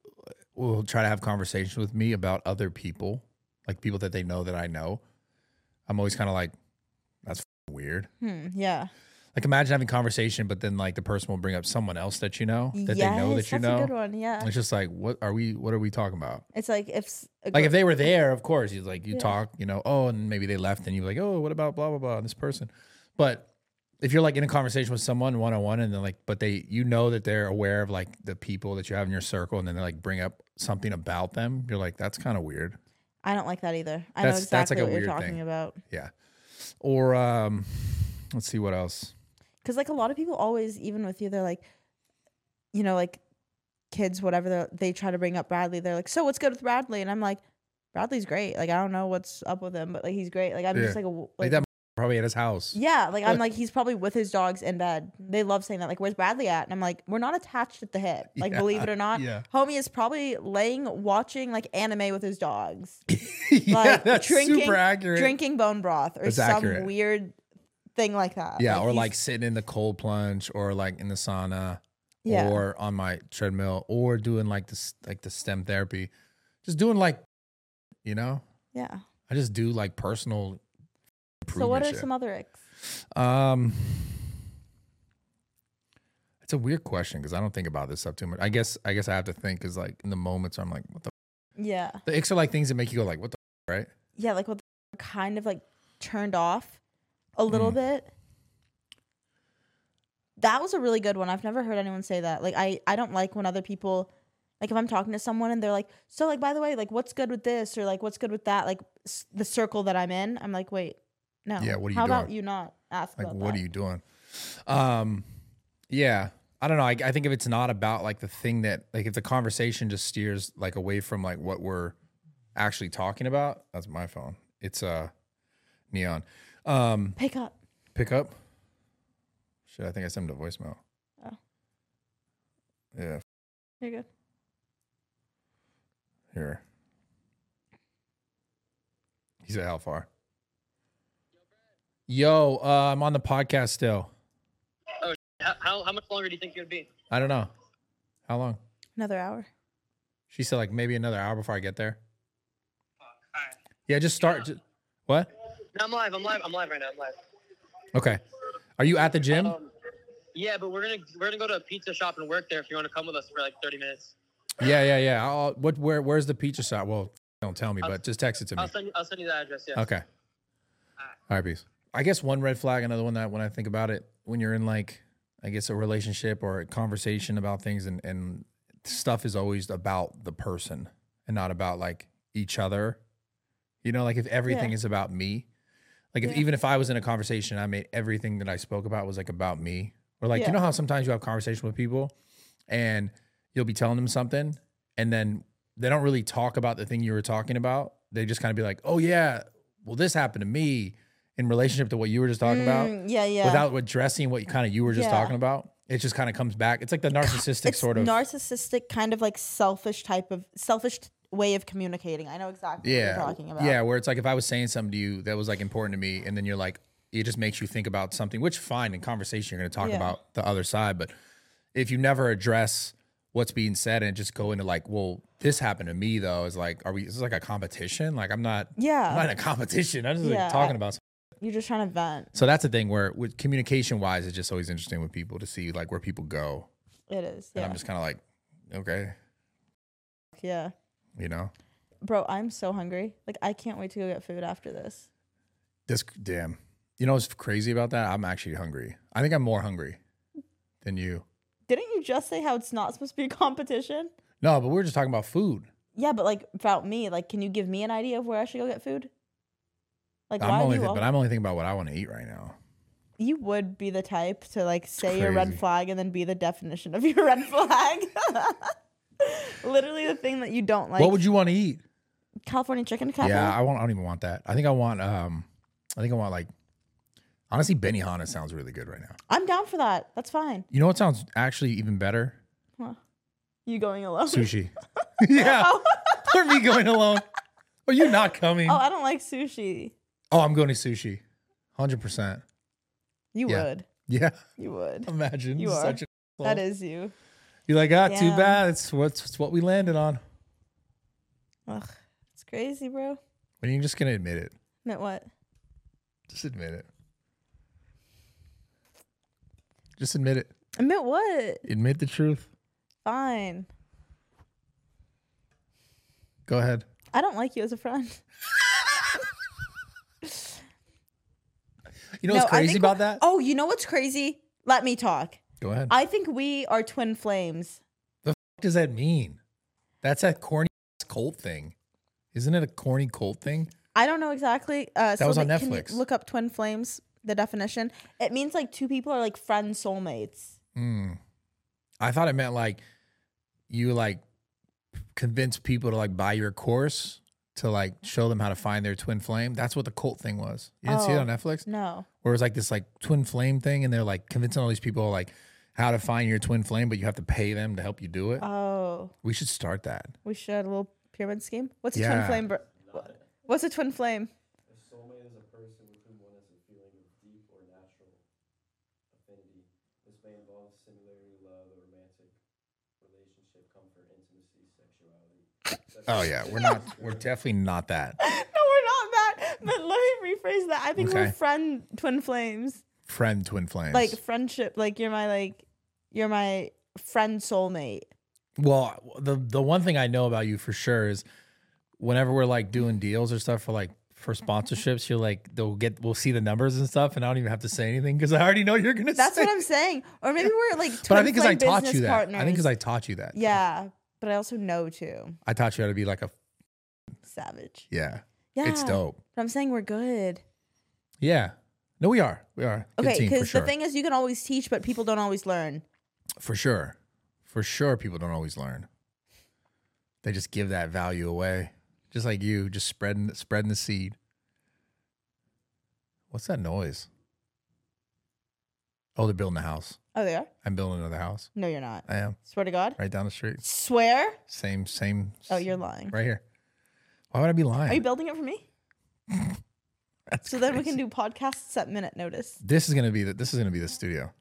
S2: will try to have conversations with me about other people, like people that they know that I know, I'm always kind of like that's f***ing weird.
S1: Hmm. Yeah.
S2: Like imagine having conversation but then like the person will bring up someone else that you know that they know
S1: Yes,
S2: that you
S1: that's a good
S2: know.
S1: one. Yeah.
S2: It's just like what are we what are we talking about?
S1: It's like if s- a
S2: like
S1: gr-
S2: if they were there, of course, you like you
S1: Yeah.
S2: talk, you know, oh, and maybe they left, and you're like, oh, what about blah blah blah, this person. But if you're like in a conversation with someone one on one, and they're like, but they, you know, that they're aware of like the people that you have in your circle, and then they like bring up something about them, you're like, that's kind of weird.
S1: I don't like that either. I know
S2: That's- that's
S1: exactly
S2: like a
S1: what you're
S2: weird
S1: talking
S2: thing.
S1: about.
S2: Yeah. Or um, let's see what else.
S1: Because like a lot of people always, even with you, they're like, you know, like kids, whatever. they're- They try to bring up Bradley. They're like, so what's good with Bradley? And I'm like, Bradley's great. Like I don't know what's up with him, but like he's great. Like I'm
S2: Yeah.
S1: just like, a, w- like
S2: Like, that probably at his house.
S1: Yeah, like I'm like he's probably with his dogs in bed. They love saying that. Like, where's Bradley at? And I'm like, we're not attached at the hip. Like,
S2: Yeah,
S1: believe it or not,
S2: yeah.
S1: homie is probably laying watching like anime with his dogs,
S2: Yeah,
S1: Like,
S2: that's
S1: drinking-
S2: super accurate.
S1: drinking bone broth or
S2: That's
S1: some
S2: accurate.
S1: weird thing like that.
S2: Yeah, or
S1: he's-
S2: like sitting in the cold plunge, or like in the sauna,
S1: Yeah.
S2: or on my treadmill, or doing like this like the STEM therapy, just doing like, you know,
S1: yeah.
S2: I just do like personal.
S1: So what
S2: improvement
S1: are
S2: shit.
S1: some other icks?
S2: Um, it's a weird question because I don't think about this stuff too much. I guess I guess I have to think because like in the moments I'm like, what the
S1: Yeah,
S2: the icks are like things that make you go like, what the right?
S1: yeah, like what the kind of like turned off a little
S2: Mm.
S1: bit. That was a really good one. I've never heard anyone say that. Like I I don't like when other people like if I'm talking to someone and they're like, "So like by the way, like what's good with this or like what's good with that?" Like s- the circle that I'm in, I'm like, "Wait, no.
S2: Yeah, what are you
S1: How about
S2: doing?
S1: you not ask
S2: Like,
S1: about
S2: what
S1: that?
S2: are you doing? Um, yeah, I don't know. I, I think if it's not about like the thing that, like, if the conversation just steers like away from like what we're actually talking about, that's my phone. It's uh, neon. Um,
S1: pick up?
S2: pick up. Shit, I think I sent him to voicemail.
S1: Oh.
S2: Yeah,
S1: You're good.
S2: here. He said, "How far?" Yo, uh, I'm on the podcast still.
S3: How, how, how much longer do you think it would be?
S2: I don't know how long.
S1: Another hour.
S2: She said like maybe another hour before I get there.
S3: Alright.
S2: Yeah, just start. ju- what?
S3: No, I'm live. I'm live. I'm live right now. I'm live.
S2: Okay. Are you at the gym?
S3: Um, yeah, but we're gonna we're gonna go to a pizza shop and work there if you want to come with us for like 30 minutes.
S2: yeah, yeah, yeah. I'll, what? Where? Where's the pizza shop? Well, don't tell me, but just text it to me.
S3: I'll send you, I'll send you the address. Yeah.
S2: Okay. All right, peace. I guess one red flag, another one that when I think about it, when you're in like, I guess a relationship or a conversation about things, and and stuff is always about the person and not about like each other. You know, like if everything
S1: Yeah.
S2: is about me, like if
S1: Yeah.
S2: even if I was in a conversation, I made everything that I spoke about was like about me. What Or like,
S1: Yeah.
S2: you know how sometimes you have conversations with people and you'll be telling them something and then they don't really talk about the thing you were talking about. They just kind of be like, oh, yeah, well, this happened to me in relationship to what you were just talking about
S1: Mm, yeah, yeah.
S2: without addressing what you kind of you were just
S1: Yeah.
S2: talking about. It just kind of comes back. It's like the narcissistic
S1: it's
S2: sort of.
S1: narcissistic, kind of like selfish type of selfish t- way of communicating. I know exactly
S2: yeah.
S1: what you're talking about.
S2: Yeah. Where it's like if I was saying something to you that was like important to me, and then you're like, it just makes you think about something, which fine in conversation, you're going to talk
S1: Yeah.
S2: about the other side. But if you never address what's being said and just go into like, well, this happened to me though, is like, are we, is this like a competition? Like, I'm not,
S1: Yeah.
S2: I'm not in a competition. I'm just
S1: Yeah,
S2: like talking about something.
S1: You're just trying to vent.
S2: So that's the thing where with communication wise, it's just always interesting with people to see like where people go.
S1: It is.
S2: And
S1: Yeah.
S2: I'm just kind of like, okay,
S1: yeah.
S2: you know,
S1: Bro, I'm so hungry. Like I can't wait to go get food after this.
S2: This damn. You know what's crazy about that? I'm actually hungry. I think I'm more hungry than you.
S1: Didn't you just say how it's not supposed to be a competition?
S2: No, but we were just talking about food.
S1: Yeah, but like about me, like can you give me an idea of where I should go get food? Like why
S2: I'm
S1: do
S2: only,
S1: you
S2: thi-
S1: al-
S2: but I'm only thinking about what I want to eat right now.
S1: you would be the type to like say your red
S2: crazy.
S1: flag and then be the definition of your red flag. Literally the thing that you don't like.
S2: what would you want to eat?
S1: California chicken cafe?
S2: Yeah, I want. I don't even want that. I think I want. Um, I think I want like. Honestly, Benihana sounds really good right now.
S1: I'm down for that. That's fine.
S2: You know what sounds actually even better?
S1: You going alone?
S2: Sushi. yeah. Or me going alone. Are you not coming?
S1: Oh, I don't like sushi.
S2: Oh, I'm going to sushi. Hundred percent.
S1: You
S2: Yeah.
S1: would.
S2: Yeah.
S1: You would.
S2: Imagine.
S1: You are.
S2: Such a
S1: That is you.
S2: You're like, ah, too
S1: Damn.
S2: bad. It's what's it's what we landed on.
S1: Ugh. It's crazy, bro.
S2: When you're just gonna admit it,
S1: Meant what?
S2: just admit it. Just admit it.
S1: I meant what?
S2: Admit the truth.
S1: Fine.
S2: Go ahead.
S1: I don't like you as a friend.
S2: You know what's
S1: I
S2: crazy
S1: think-
S2: about that?
S1: Oh, you know what's crazy? Let me talk.
S2: Go ahead.
S1: I think we are twin flames.
S2: what does that mean? That's that corny ass cult thing. Isn't it a corny cult thing?
S1: I don't know exactly. Uh, so
S2: was on
S1: like, can you
S2: Netflix.
S1: look up twin flames. The definition. It means like two people are like friend soulmates.
S2: Hmm. I thought it meant like you like convince people to like buy your course to like show them how to find their twin flame. That's what the cult thing was. You didn't see it
S1: Oh.
S2: on Netflix?
S1: No.
S2: where it's like this like twin flame thing and they're like convincing all these people like how to find your twin flame but you have to pay them to help you do it
S1: Oh,
S2: we should start that
S1: we should a little pyramid scheme. What's a
S2: Yeah.
S1: twin flame? Bro- wha- What's a twin flame?
S4: Soulmate is a person with whom one has a feeling of deep or natural affinity. This may involve similarity, love, a romantic relationship, comfort, intimacy, sexuality.
S2: oh yeah we're not we're definitely not that
S1: no, we're not that. But let me rephrase that. I think we're
S2: Okay.
S1: friend twin flames.
S2: friend twin flames
S1: Like friendship. Like you're my like, you're my friend soulmate.
S2: well the the one thing i know about you for sure is whenever we're like doing deals or stuff for like for sponsorships you're like they'll get we'll see the numbers and stuff and i don't even have to say anything because i already know you're gonna
S1: That's
S2: say
S1: what I'm saying. Or maybe we're like twin
S2: but i think because
S1: flame
S2: i taught
S1: business
S2: you that
S1: partners.
S2: i think because i taught you that
S1: yeah, but I also know too.
S2: i taught you how to be like a
S1: Savage.
S2: yeah,
S1: Yeah,
S2: it's dope
S1: But I'm saying we're good.
S2: yeah no we are we are Good
S1: Okay,
S2: team, for
S1: because
S2: sure.
S1: the thing is, you can always teach, but people don't always learn.
S2: For sure. For sure, people don't always learn. They just give that value away. Just like you, just spreading spreading the seed. What's that noise? Oh, they're building a house.
S1: Oh, they are?
S2: I'm building another house.
S1: No, you're not.
S2: I am.
S1: Swear to God.
S2: Right down the street.
S1: Swear?
S2: Same, same
S1: Oh, you're lying.
S2: right here. Why would I be
S1: Are you
S2: lying?
S1: building it for me?
S2: That's
S1: So then we can
S2: crazy.
S1: do podcasts at minute notice.
S2: This is gonna be the this is gonna be the studio.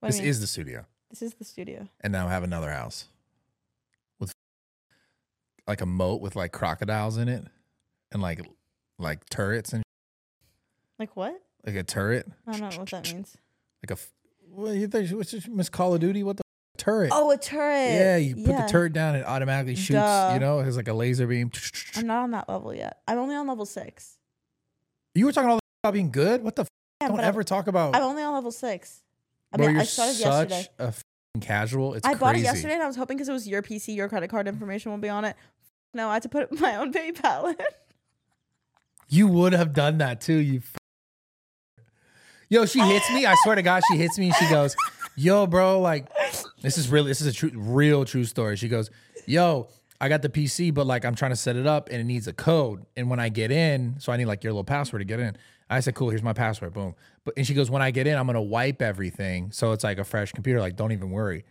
S1: What do
S2: this
S1: you mean?
S2: is the studio.
S1: this is the studio.
S2: and now have another house with like a moat with like crocodiles in it and like like turrets and
S1: Like what?
S2: like a turret
S1: I don't know what that means.
S2: like a f- what you think what's this miss call of duty what the f- turret
S1: Oh, a turret.
S2: yeah you put
S1: Yeah.
S2: the turret down it automatically shoots
S1: Duh.
S2: you know it has like a laser beam
S1: I'm not on that level yet. I'm only on level six.
S2: you were talking all about being good what the f-
S1: Yeah,
S2: don't
S1: but
S2: ever
S1: I'm,
S2: talk about
S1: I'm only on level six. I
S2: bro,
S1: mean,
S2: you're
S1: I started
S2: such
S1: yesterday.
S2: a f***ing casual it's
S1: I
S2: crazy
S1: bought it yesterday, and I was hoping because it was your PC, your credit card information will be on it. No, I had to put my own PayPal in.
S2: You would have done that too. You. F- Yo, she hits me. I swear to God, she hits me and she goes, yo, bro, like this is really this is a true real true story. She goes, yo, I got the PC, but like I'm trying to set it up and it needs a code. And when I get in, so I need like your little password to get in. I said, cool, here's my password. Boom. But and she goes, when I get in, I'm gonna wipe everything. So it's like a fresh computer. Like, don't even worry.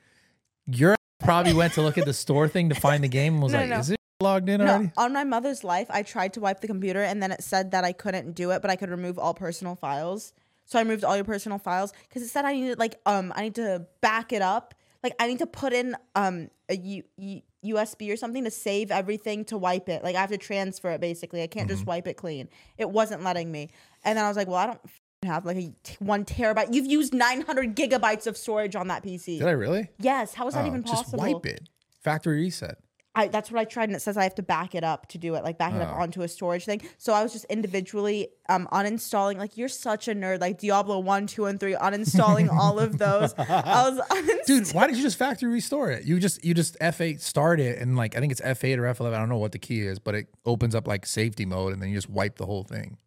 S2: Your probably went to look at the store thing to find the game and was
S1: No,
S2: like,
S1: no.
S2: is it logged in already?
S1: No, on my mother's life, I tried to wipe the computer and then it said that I couldn't do it, but I could remove all personal files. So I removed all your personal files because it said I needed like um I need to back it up. Like I need to put in um a U- U- USB or something to save everything to wipe it. Like I have to transfer it basically. I can't just
S2: Mm-hmm.
S1: wipe it clean. It wasn't letting me. And then I was like, well, I don't f***ing have like a t- one terabyte. You've used 900 gigabytes of storage on that PC.
S2: Did I really?
S1: yes. How is that
S2: Oh,
S1: even possible?
S2: Just wipe it. Factory reset.
S1: I that's what I tried, and it says I have to back it up to do it, like back it up
S2: Oh.
S1: onto a storage thing. So I was just individually um uninstalling. Like you're such a nerd, like Diablo one, two, and three, uninstalling all of those. I was uninst-
S2: Dude, why did you just factory restore it? You just you just F8 start it and like I think it's F8 or F11. I don't know what the key is, but it opens up like safety mode and then you just wipe the whole thing.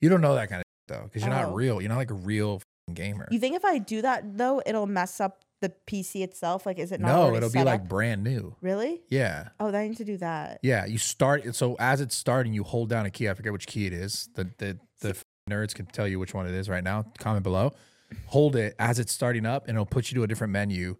S2: You don't know that kind of shit, though because you're
S1: Oh.
S2: not real. You're not like a real f***ing gamer.
S1: You think if I do that though, it'll mess up the PC itself? Like, is it not?
S2: no,
S1: already
S2: it'll be
S1: set
S2: like
S1: up?
S2: brand new.
S1: really.
S2: Yeah,
S1: Oh, then I need to do that.
S2: yeah. You start it so as it's starting, you hold down a key. I forget which key it is. The the the f- nerds can tell you which one it is right now. Comment below. Hold it as it's starting up, and it'll put you to a different menu,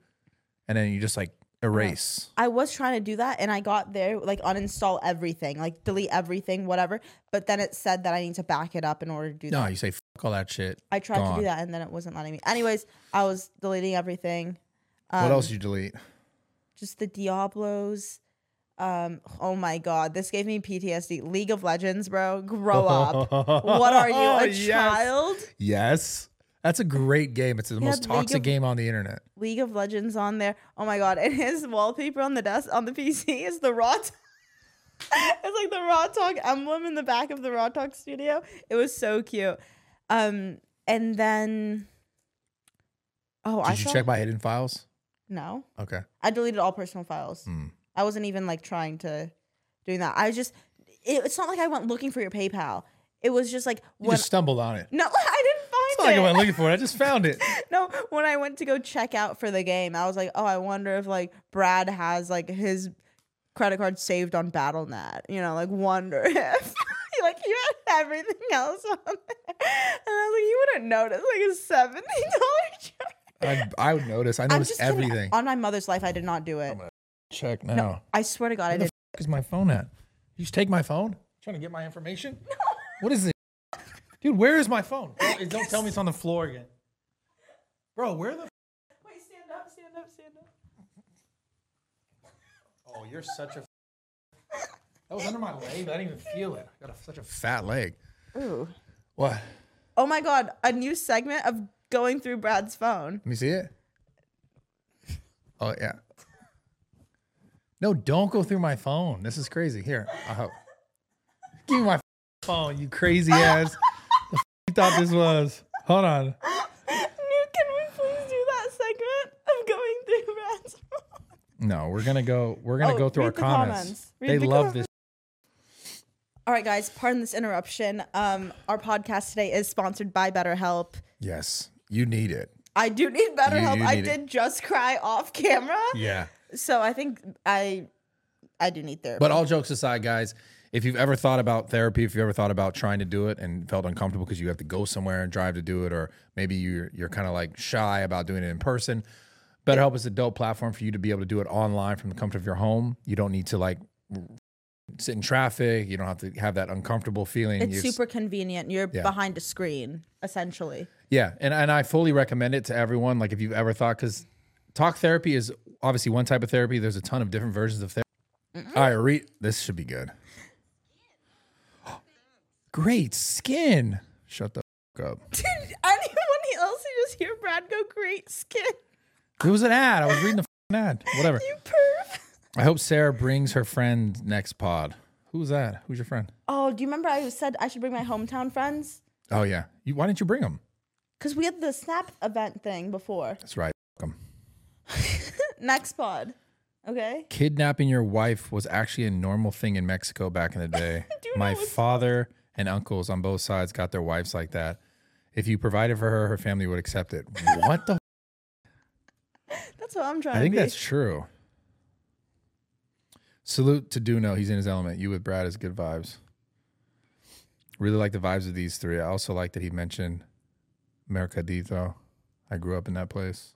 S2: and then you just like erase.
S1: I was trying to do that and I got there, like uninstall everything, like delete everything, whatever. But then it said that I need to back it up in order to do that.
S2: No, you say fuck all that shit.
S1: I tried to
S2: Gone.
S1: do that and then it wasn't letting me. Anyways, I was deleting everything. Um,
S2: what else did you delete?
S1: Just the Diablos. Um, oh my god, this gave me PTSD. League of Legends, bro. Grow up. What are you,
S2: Oh,
S1: a
S2: yes.
S1: child?
S2: Yes. That's a great game. It's the most
S1: League
S2: toxic
S1: of-
S2: game on the internet.
S1: League of Legends on there. Oh my god, and his wallpaper on the desk on the PC is the raw. T- it's like the raw talk emblem in the back of the raw talk studio. It was so cute. Um, and then oh,
S2: Did
S1: I
S2: you
S1: saw-
S2: check my hidden files?
S1: no.
S2: Okay.
S1: I deleted all personal files.
S2: Hmm.
S1: I wasn't even like trying to doing that. I just it, it's not like I went looking for your PayPal. It was just like
S2: You
S1: when
S2: just stumbled on it.
S1: no, I didn't find
S2: It's not like
S1: it.
S2: I went looking for it. I just found it.
S1: no, when I went to go check out for the game, I was like, oh, I wonder if like Brad has like his credit card saved on BattleNet. You know, like wonder if. Like you had everything else on there, and I was like, you wouldn't notice like a seventy dollar charge.
S2: I, I would notice. I noticed
S1: kidding.
S2: everything.
S1: on my mother's life. I did not do it.
S2: Check now.
S1: No, I swear to God, I
S2: Where the
S1: did.
S2: f- is my phone at? You just take my phone? trying to get my information? What is this? Dude, where is my phone? Don't don't tell me it's on the floor again. Bro, where the
S1: Wait, stand up, stand up, stand up.
S2: Oh, you're such a. That was under my leg. but I didn't even feel it. I got a, such a fat leg.
S1: Ooh.
S2: What? Let
S1: Oh my god, a new segment of going through Brad's phone.
S2: me see it. Oh yeah. No, don't go through my phone. This is crazy. Here, I hope. Give me my phone, you crazy ass. the f- you thought this was? Hold on.
S1: New, can we please do that segment of going through Brad's phone?
S2: No, we're gonna go. We're gonna
S1: Oh,
S2: go through
S1: read
S2: our
S1: the
S2: comments.
S1: comments. Read
S2: They
S1: the
S2: love this.
S1: All right, guys, pardon this interruption. Um, our podcast today is sponsored by BetterHelp.
S2: Yes, you need it.
S1: I do need BetterHelp.
S2: you
S1: I
S2: need it.
S1: did just cry off camera,
S2: Yeah.
S1: so I think I, I do need therapy.
S2: But all jokes aside, guys, if you've ever thought about therapy, if you've ever thought about trying to do it and felt uncomfortable because you have to go somewhere and drive to do it, or maybe you're you're kind of like shy about doing it in person, BetterHelp is a dope platform for you to be able to do it online from the comfort of your home. You don't need to like sit in traffic. You don't have to have that uncomfortable feeling.
S1: it's
S2: You-
S1: super convenient. You're
S2: Yeah.
S1: behind a screen, essentially.
S2: yeah, and and I fully recommend it to everyone. Like if you've ever thought, because talk therapy is obviously one type of therapy. There's a ton of different versions of therapy. All right, read. This should be good. Great skin. Shut the f- up.
S1: Did anyone else just hear Brad go great skin?
S2: It was an ad. I was reading the f- ad. Whatever.
S1: You perv.
S2: I hope Sarah brings her friend next pod. Who's that? Who's your friend?
S1: Oh, do you remember I said I should bring my hometown friends?
S2: Oh yeah. You, why didn't you bring him?
S1: Because we had the snap event thing before.
S2: That's right. F- 'em.
S1: Next pod. Okay?
S2: Kidnapping your wife was actually a normal thing in Mexico back in the day.
S1: Dude, I
S2: My
S1: was-
S2: father and uncles on both sides got their wives like that. If you provided for her, her family would accept it. What the?
S1: what I'm trying
S2: I
S1: to
S2: think
S1: be.
S2: that's true. Salute to Duno. He's in his element. You with Brad is good vibes. Really like the vibes of these three. I also like that he mentioned Mercadito. I grew up in that place.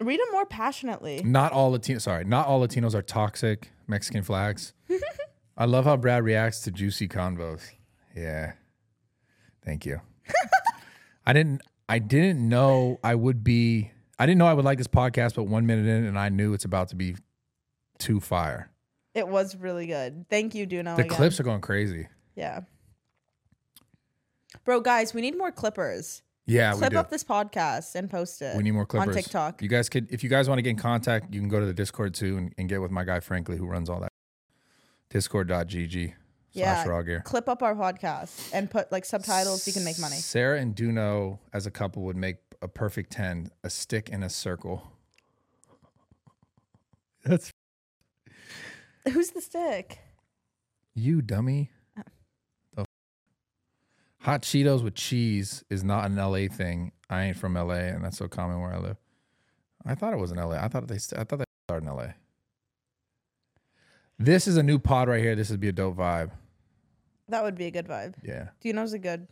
S1: Read it more passionately.
S2: Not all Latinos, sorry, not all Latinos are toxic. Mexican flags. I love how Brad reacts to juicy convos. Yeah. Thank you. I didn't I didn't know I would be I didn't know I would like this podcast, but one minute in and I knew it's about to be too fire.
S1: It was really good. Thank you, Duno.
S2: the
S1: again.
S2: clips are going crazy.
S1: Yeah. Bro, guys, we need more clippers.
S2: Yeah, we
S1: Clip
S2: do.
S1: up this podcast and post it.
S2: we need more clippers.
S1: on TikTok.
S2: You guys could if you guys want to get in contact, you can go to the Discord too and, and get with my guy Frankly who runs all that. Discord.gg
S1: Yeah.
S2: slash raw gear.
S1: Clip up our podcast and put like subtitles. You can make money.
S2: Sarah and Duno as a couple would make a perfect 10, a stick in a circle. That's
S1: Who's the stick?
S2: you, dummy.
S1: Uh.
S2: The f- Hot Cheetos with cheese is not an LA thing. I ain't from LA, and that's so common where I live. I thought it was in LA. I thought they. St- I thought they started in LA. This is a new pod right here. This would be a dope vibe.
S1: That would be a good vibe.
S2: Yeah,
S1: Duno's a good,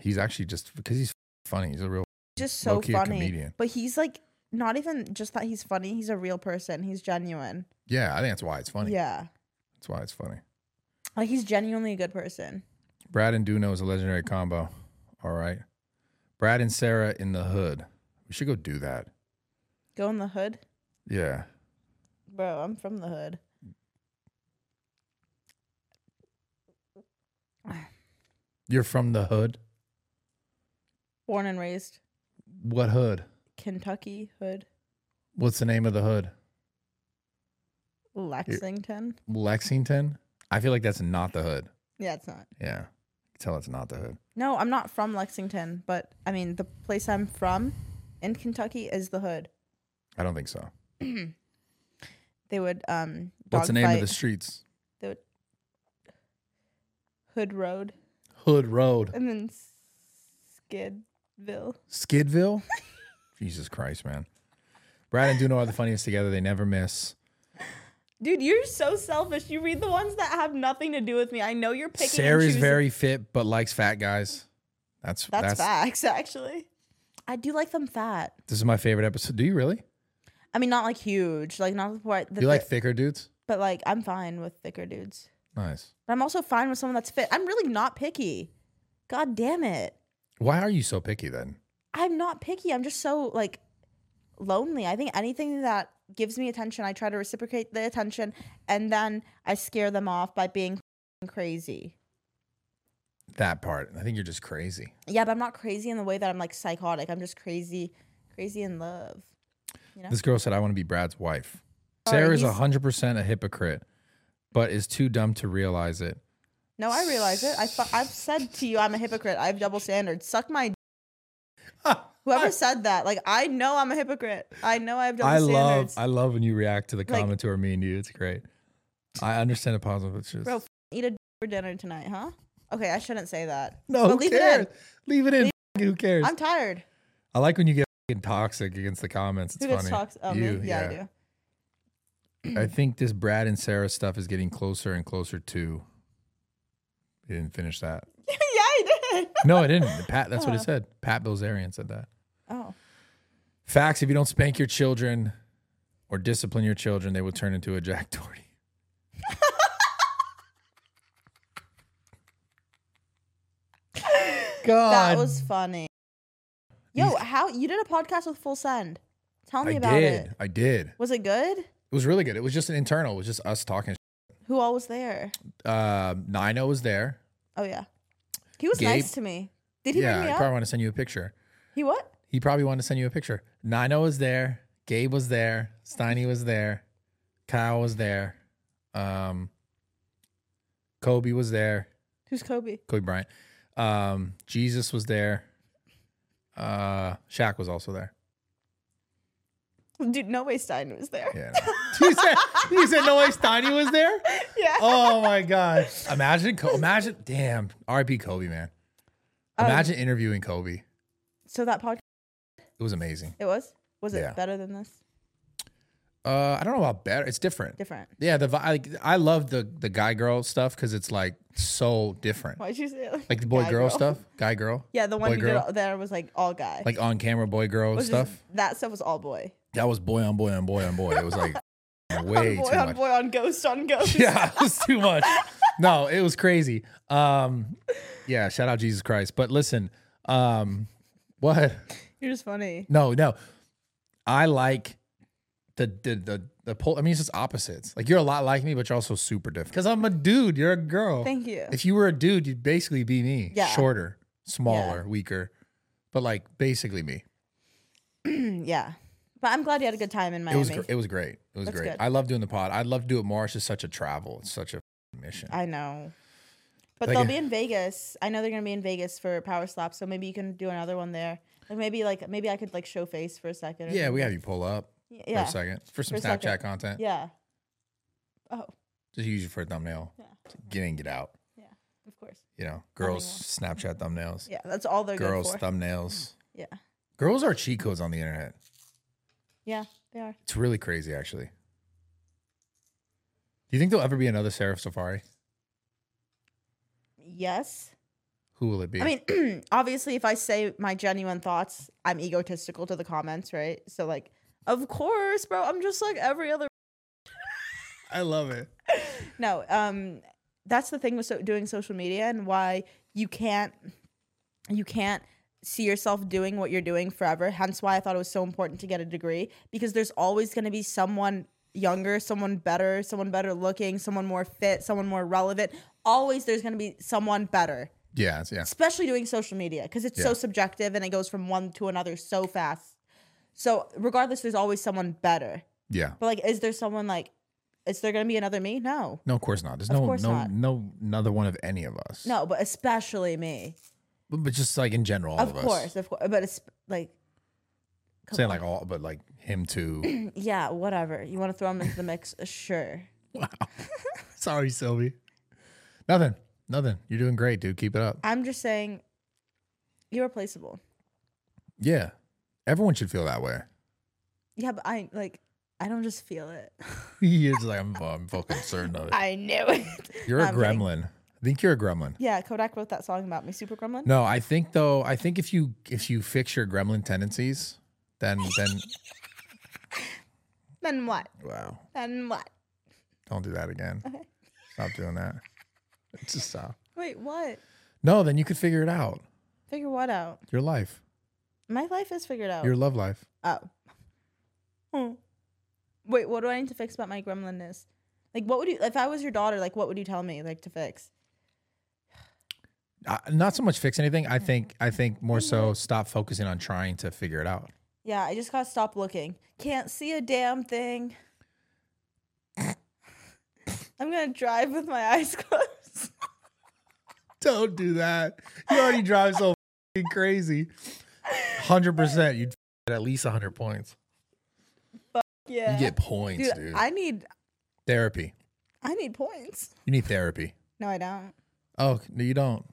S2: he's actually just because he's funny. He's a real
S1: just so
S2: Low-key a
S1: funny.
S2: comedian.
S1: But he's like not even just that he's funny. He's a real person. He's genuine.
S2: yeah. I think that's why it's funny.
S1: Yeah.
S2: that's why it's funny.
S1: Like he's genuinely a good person.
S2: Brad and Duno is a legendary combo. All right. Brad and Sarah in the hood. We should go do that.
S1: Go in the hood.
S2: Yeah.
S1: Bro, I'm from the hood.
S2: You're from the hood?
S1: Born and raised.
S2: What hood?
S1: Kentucky hood.
S2: What's the name of the hood?
S1: Lexington.
S2: Lexington? I feel like that's not the hood.
S1: Yeah, it's not.
S2: Yeah. Tell it's not the hood.
S1: No, I'm not from Lexington, but I mean the place I'm from in Kentucky is the hood.
S2: I don't think so.
S1: They would um
S2: What's the name
S1: dogfight.
S2: of the streets?
S1: They would Hood Road
S2: Hood Road.
S1: and then Skidville.
S2: Skidville? Jesus Christ, man. Brad and Duno are the funniest together. They never miss.
S1: Dude, you're so selfish. You read the ones that have nothing to do with me. I know you're picking. and
S2: Sarah's
S1: choosing.
S2: very fit but likes fat guys. That's
S1: That's, facts, actually. I do like them fat.
S2: This is my favorite episode. Do you really?
S1: I mean, not like huge, like not what. The,
S2: you like thicker dudes?
S1: but like I'm fine with thicker dudes.
S2: Nice.
S1: But I'm also fine with someone that's fit. I'm really not picky. God damn it.
S2: Why are you so picky then?
S1: I'm not picky. I'm just so like lonely. I think anything that gives me attention, I try to reciprocate the attention and then I scare them off by being f***ing crazy.
S2: That part. I think you're just crazy.
S1: Yeah, but I'm not crazy in the way that I'm like psychotic. I'm just crazy, crazy in love. Yeah.
S2: This girl said, I want to be Brad's wife.
S1: Sorry,
S2: Sarah's
S1: he's-
S2: 100% a hypocrite, but is too dumb to realize it.
S1: No, I realize it. I fu- I've said to you, I'm a hypocrite. I have double standards. Suck my. d- Whoever said that, like, I know I'm a hypocrite. I know I have double
S2: I love
S1: standards.
S2: I love when you react to the
S1: Like-
S2: comment or me and you. It's great. I understand the positive. It's just,
S1: Bro, f- eat a d- for dinner tonight, huh? Okay, I shouldn't say that.
S2: no,
S1: but
S2: who
S1: leave it
S2: cares?
S1: in.
S2: Leave it in. F- who cares? i
S1: I'm tired.
S2: like when you get f***ing toxic against the comments. It's
S1: Who gets
S2: funny.
S1: talks? Oh,
S2: You,
S1: me? Yeah, I do.
S2: I think this Brad and Sarah stuff is getting closer and closer to. You didn't finish that.
S1: yeah, I did.
S2: No, I didn't. Pat, that's what it said. Pat Bilzerian said that.
S1: Oh,
S2: Facts: If you don't spank your children or discipline your children, they will turn into a Jack Doherty. God,
S1: Oh, that was funny. Yo, how you did a podcast with Full Send? Tell me
S2: I
S1: about
S2: did.
S1: it.
S2: I did. It
S1: Was it good?
S2: was really good. It was just an internal. It was just us talking.
S1: Who all was there?
S2: Uh, Nino was there.
S1: Oh yeah, he was
S2: Gabe?
S1: nice to me. Did he
S2: yeah,
S1: bring me
S2: I
S1: up?
S2: probably want to send you a picture.
S1: He what?
S2: He probably wanted to send you a picture. Nino was there. Gabe was there. Steiny was there. Kyle was there. Um, Kobe was there.
S1: Who's Kobe?
S2: Kobe Bryant. Um, Jesus was there. Uh, Shaq was also there.
S1: Dude, no way Stein was there.
S2: Yeah. no. you said you said no way Steiny was there.
S1: Yeah.
S2: Oh my God! Imagine, Ko- imagine, damn, R.I.P. Kobe, man. Imagine interviewing Kobe.
S1: So that podcast,
S2: It was amazing.
S1: it was. Was it
S2: Yeah.
S1: better than this?
S2: Uh, I don't know about better. It's different.
S1: Different.
S2: Yeah, the vi- like, I love the the guy girl stuff because it's like so different.
S1: Why'd you say it
S2: Like the boy
S1: guy,
S2: girl, stuff, guy girl.
S1: Yeah, the one
S2: Boy,
S1: who
S2: girl.
S1: did all, that was like all guy.
S2: Like on camera boy girl
S1: Was just-
S2: stuff.
S1: that stuff was all boy.
S2: That was boy on boy on boy on boy. It was like
S1: on
S2: way
S1: boy
S2: too
S1: on
S2: much.
S1: boy on ghost on ghost.
S2: Yeah, it was too much. No, it was crazy. Um, yeah, shout out Jesus Christ. But listen, um, what?
S1: You're just funny.
S2: No, no. I like the the the the pole. I mean, it's just opposites. Like you're a lot like me, but you're also super different. Because I'm a dude. You're a girl.
S1: Thank you.
S2: If you were a dude, you'd basically be me.
S1: Yeah.
S2: Shorter, smaller, weaker, but like basically me.
S1: yeah. But I'm glad you had a good time in
S2: It was
S1: Miami.
S2: gr- it was great. It was
S1: That's
S2: great.
S1: good.
S2: I love doing the pod. I'd love to do it more. It's just such a travel. It's such a mission.
S1: I know. But
S2: Like-
S1: they'll be in Vegas. I know they're gonna be in Vegas for Power Slap, so maybe you can do another one there. Like maybe like maybe I could like show face for a second. or
S2: yeah, we have
S1: something.
S2: you pull up
S1: Yeah.
S2: for a second for some
S1: For a
S2: Snapchat
S1: second.
S2: content.
S1: Yeah. Oh
S2: Just use it for a thumbnail.
S1: yeah,
S2: Get in, get out.
S1: of course.
S2: You know, girls Snapchat thumbnails.
S1: Yeah, that's all they're
S2: girls
S1: good for.
S2: thumbnails.
S1: Yeah,
S2: Girls are cheat codes on the internet.
S1: yeah, they are.
S2: It's really crazy, actually. Do you think there'll ever be another Serif Safari?
S1: Yes.
S2: Who will it be?
S1: I mean, obviously, if I say my genuine thoughts, I'm egotistical to the comments, right? So, like, of course, bro, I'm just like every other.
S2: I love it.
S1: No, um, that's the thing with so- doing social media and why you can't, you can't see yourself doing what you're doing forever. Hence, why I thought it was so important to get a degree because there's always going to be someone younger, someone better, someone better looking, someone more fit, someone more relevant. Always, there's going to be someone better.
S2: Yeah, it's- yeah.
S1: especially doing social media because it's
S2: Yeah.
S1: so subjective and it goes from one to another so fast. So regardless, there's always someone better.
S2: Yeah.
S1: But like, is there someone like, is there gonna be another me? No,
S2: No, of course not. There's
S1: Of
S2: no
S1: course
S2: no
S1: not.
S2: no another one of any of us.
S1: no, but especially me.
S2: But, but just like in general, all of,
S1: Of course,
S2: us.
S1: of course. But it's like, come
S2: Say
S1: on.
S2: like all, but like him too.
S1: yeah, whatever. You want to throw them into the mix? Uh, Sure.
S2: Sorry, Sylvie. Nothing. Nothing. You're doing great, dude. Keep it up.
S1: I'm just saying, you're replaceable.
S2: Yeah. Everyone should feel that way.
S1: Yeah, but I like, I don't just feel it.
S2: it's like I'm, I'm fucking certain of it.
S1: I knew it.
S2: You're a
S1: I'm kidding.
S2: gremlin. I think you're a gremlin.
S1: Yeah, Kodak wrote that song about me, Super Gremlin.
S2: No, I think though, I think if you if you fix your gremlin tendencies, then then
S1: Then what?
S2: wow,
S1: Then what?
S2: don't do that again. Stop doing that. Just stop.
S1: Wait, what?
S2: No, then you could figure it out.
S1: Figure what out?
S2: Your life,
S1: My life is figured out.
S2: your love life.
S1: oh. Hmm. Wait, what do I need to fix about my gremlinness? Like, what would you, if I was your daughter, like, what would you tell me, like, to fix?
S2: I, Uh, not so much fix anything. I think
S1: Mm-hmm.
S2: I think more so stop focusing on trying to figure it out.
S1: Yeah, I just gotta stop looking. Can't see a damn thing. I'm gonna drive with my eyes closed.
S2: Don't do that. You already drive so f***ing crazy. Hundred percent. You'd get at least hundred points.
S1: yeah.
S2: You get points,
S1: dude,
S2: dude.
S1: I need,
S2: therapy.
S1: I need points.
S2: You need therapy.
S1: No, I don't.
S2: Oh no, you don't.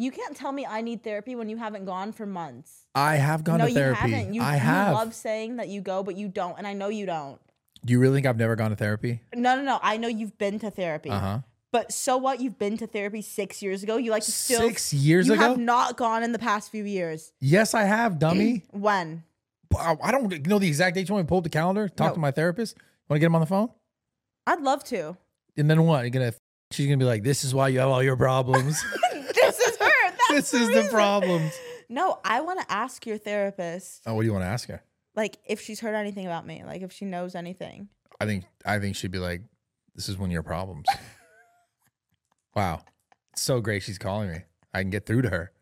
S1: You can't tell me I need therapy when you haven't gone for months.
S2: I have gone
S1: no,
S2: to therapy.
S1: you haven't. You,
S2: I
S1: you
S2: have.
S1: love saying that you go, but you don't, and I know you don't.
S2: you really think I've never gone to therapy?
S1: No, no, no. I know you've been to therapy.
S2: Uh huh.
S1: But so what? You've been to therapy six years ago. You like to still
S2: Six years
S1: you
S2: ago?
S1: have not gone in the past few years.
S2: yes, I have, dummy.
S1: When?
S2: Wow, I don't know the exact date. You want me to pull up the calendar? Talk
S1: No.
S2: to my therapist. Want to get him on the phone?
S1: I'd love to.
S2: And then what? You're gonna she's gonna be like, "This is why you have all your problems.
S1: this is her. That's
S2: this is the
S1: reason.
S2: problems."
S1: No, I want to ask your therapist,
S2: Oh, what do you want to ask her?
S1: like, if she's heard anything about me, like, if she knows anything.
S2: I think I think she'd be like, "This is one of your problems." wow, it's so great. She's calling me. I can get through to her.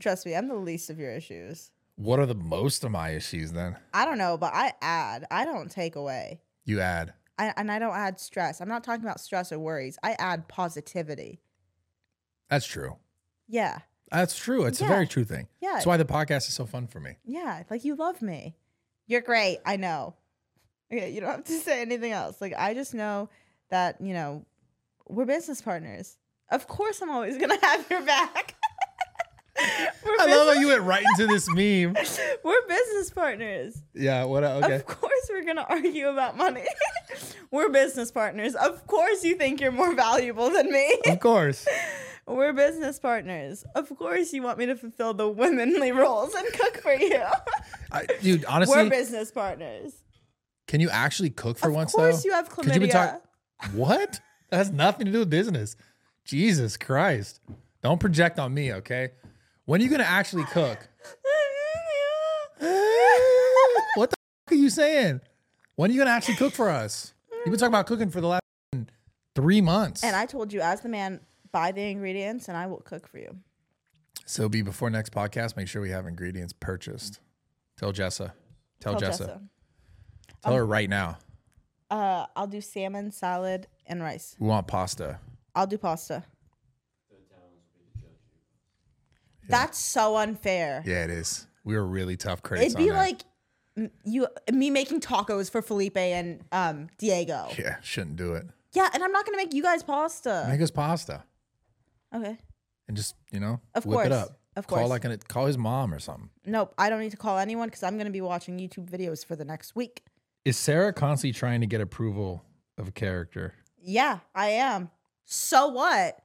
S1: Trust me, I'm the least of your issues.
S2: What are the most of my issues then?
S1: I don't know, but I add. I don't take away.
S2: You add.
S1: I, and I don't add stress. I'm not talking about stress or worries. I add positivity.
S2: That's true.
S1: Yeah.
S2: That's true. It's a
S1: Yeah.
S2: very true thing.
S1: Yeah.
S2: That's why the podcast is so fun for me.
S1: Yeah, like you love me. You're great. I know. Okay, you don't have to say anything else. Like I just know that, you know, we're business partners. Of course I'm always going to have your back. We're,
S2: I love
S1: business,
S2: how you went right into this meme.
S1: we're business partners.
S2: Yeah. What? Okay.
S1: Of course, we're gonna argue about money. we're business partners. Of course, you think you're more valuable than me.
S2: Of course.
S1: We're business partners. Of course, you want me to fulfill the womanly roles and cook for you.
S2: I, dude,
S1: We're
S2: honestly,
S1: business partners.
S2: can you actually cook for
S1: Of
S2: once though?
S1: course you have
S2: 'Cause you've been
S1: chlamydia.
S2: what? That has nothing to do with business. Jesus Christ. Don't project on me, okay? When are you gonna actually cook? what the fuck are you saying? When are you gonna actually cook for us? You've been talking about cooking for the last three months.
S1: And I told you, as the man, buy the ingredients and I will cook for you.
S2: so be before next podcast, make sure we have ingredients purchased. Tell Jessa.
S1: Tell
S2: Tell, Oh, Jessa.
S1: Jessa. Um,
S2: Tell her right now.
S1: Uh, I'll do salmon, salad, and rice.
S2: We want pasta.
S1: I'll do pasta. That's so unfair.
S2: Yeah, it is. We were really tough critics.
S1: It'd be
S2: on that.
S1: like m- you, me making tacos for Felipe and um, Diego. Yeah.
S2: Yeah, shouldn't do it.
S1: and I'm not gonna make you guys pasta.
S2: Make us pasta.
S1: Okay.
S2: and just you know
S1: Of
S2: whip
S1: course.
S2: it up.
S1: Of
S2: Call
S1: course.
S2: like an, call his mom or something.
S1: Nope, I don't need to call anyone because I'm gonna be watching YouTube videos for the next week.
S2: Is Sarah constantly trying to get approval of a character?
S1: Yeah, I am. So what?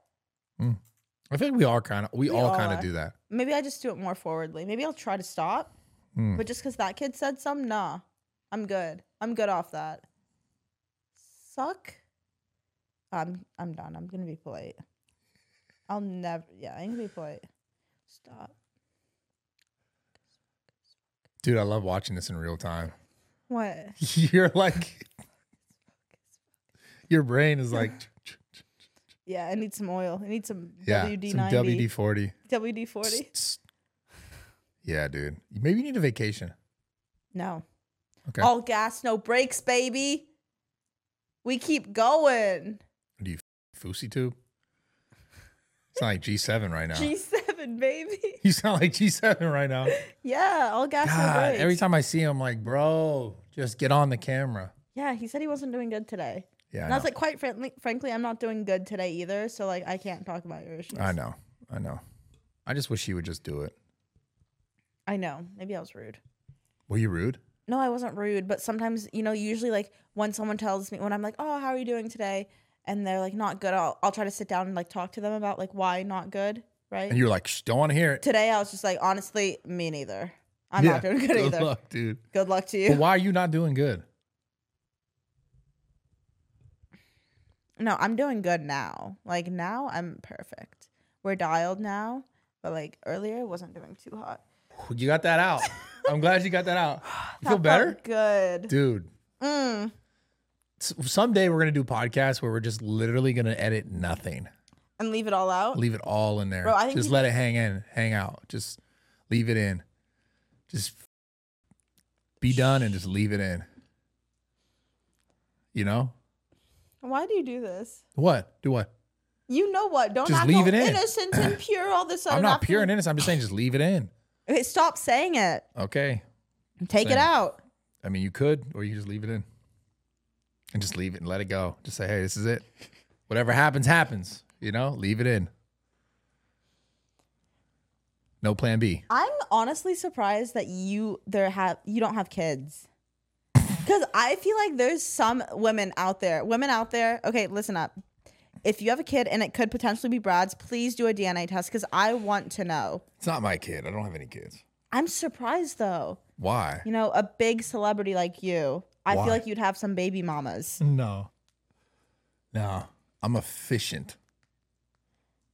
S2: I think we all kind of we,
S1: We
S2: all
S1: all
S2: kind of
S1: are.
S2: do that.
S1: Maybe I just do it more forwardly. Maybe I'll try to stop.
S2: Hmm.
S1: But just because that kid said some, nah, I'm good. I'm good off that. Suck. I'm I'm done. I'm gonna be polite. I'll never. Yeah, I'm gonna be polite. Stop.
S2: Dude, I love watching this in real time.
S1: What?
S2: You're like your brain is like
S1: Yeah, I need some oil. I need some
S2: yeah,
S1: WD
S2: some
S1: ninety.
S2: WD forty.
S1: WD forty.
S2: Yeah, dude. Maybe you need a vacation.
S1: No.
S2: Okay.
S1: All gas, no brakes, baby. We keep going.
S2: Do you f- foosy tube? It's not like G seven right now.
S1: G seven, baby.
S2: you sound like G seven right now.
S1: Yeah, all gas, no
S2: God,
S1: brakes.
S2: every time I see him, I'm like, bro, just get on the camera.
S1: Yeah, he said he wasn't doing good today.
S2: Yeah,
S1: and
S2: I
S1: I
S2: know.
S1: was like, quite frankly, frankly, I'm not doing good today either. So like, I can't talk about your issues.
S2: I know. I know. I just wish you would just do it.
S1: I know. Maybe I was rude.
S2: Were you rude?
S1: No, I wasn't rude, but sometimes, you know, usually like when someone tells me when I'm like, "Oh, how are you doing today?" and they're like, "Not good." I'll, I'll try to sit down and like talk to them about like why not good, right?
S2: And you were like, Shh, don't want to hear it.
S1: today I was just like, honestly, me neither. I'm
S2: Yeah.
S1: not doing good either.
S2: luck, dude.
S1: Good luck to
S2: But
S1: you.
S2: why are you not doing good?
S1: No, I'm doing good now. Like now I'm perfect. We're dialed now, but like earlier I wasn't doing too hot.
S2: You got that out. I'm glad you got that out. You feel better?
S1: Good.
S2: Dude,
S1: Mm.
S2: s- someday we're going to do podcasts where we're just literally going to edit nothing.
S1: And leave it all out.
S2: Leave it all in there.
S1: Bro, I think
S2: just
S1: we-
S2: let it hang in, hang out. Just leave it in. Just f- be done and just leave it in. You know?
S1: Why do you do this?
S2: What? Do what?
S1: You know what? Don't
S2: Just
S1: act
S2: leave
S1: all
S2: it in.
S1: innocent and pure all of a sudden.
S2: I'm not
S1: after
S2: pure
S1: you-
S2: and innocent. I'm just saying, just leave it in.
S1: Okay, stop saying it.
S2: Okay.
S1: Take
S2: Same.
S1: it out.
S2: I mean, you could, or you just leave it in and just leave it and let it go. Just say, hey, this is it. Whatever happens, happens. You know, leave it in. No plan B.
S1: I'm honestly surprised that you there have you don't have kids. Cuz I feel like there's some women out there, women out there. Okay, listen up. If you have a kid and it could potentially be Brad's, please do a DNA test cuz I want to know.
S2: It's not my kid. I don't have any kids.
S1: I'm surprised though.
S2: Why?
S1: You know, a big celebrity like you, I
S2: Why?
S1: feel like you'd have some baby mamas
S2: No. No. I'm efficient.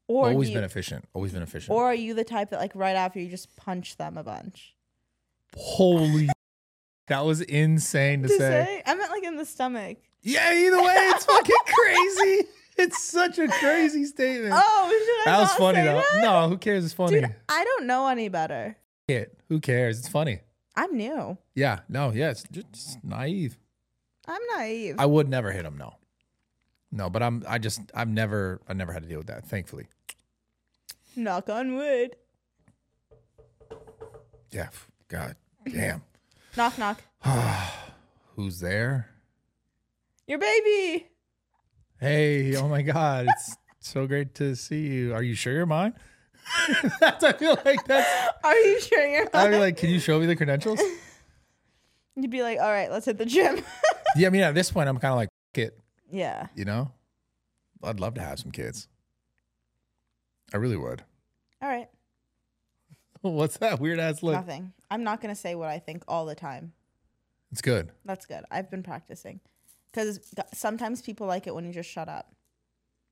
S1: or
S2: Always
S1: do you,
S2: been efficient. Always been efficient.
S1: or are you the type that like right after you just punch them a bunch?
S2: Holy. that was insane to,
S1: To
S2: say.
S1: say? I meant like in the stomach.
S2: Yeah, either way, it's fucking crazy. It's such a crazy statement.
S1: Oh, should I
S2: that was
S1: not
S2: funny
S1: say
S2: though.
S1: that?
S2: No, who cares? It's funny.
S1: Dude, I don't know any better.
S2: Shit, Who cares? It's funny.
S1: I'm new.
S2: Yeah. No. Yeah. It's just, just naive.
S1: I'm naive.
S2: I would never hit him. No. No. But I'm. I just. I've never. I never had to deal with that. Thankfully.
S1: Knock on wood.
S2: Yeah. f- God. Damn.
S1: Knock, knock.
S2: Who's there?
S1: Your baby.
S2: Hey. Oh my God. It's so great to see you. Are you sure you're mine? that's, I feel like that's.
S1: Are you sure you're
S2: I'd be like, can you show me the credentials?
S1: You'd be like, all right, let's hit the gym.
S2: Yeah, I mean, at this point, I'm kind of like, "F- it,
S1: yeah.
S2: you know? I'd love to have some kids. I really would.
S1: All right.
S2: What's that weird ass look?
S1: Nothing. I'm not gonna say what I think all the time.
S2: It's good.
S1: That's good. I've been practicing. Because sometimes people like it when you just shut up.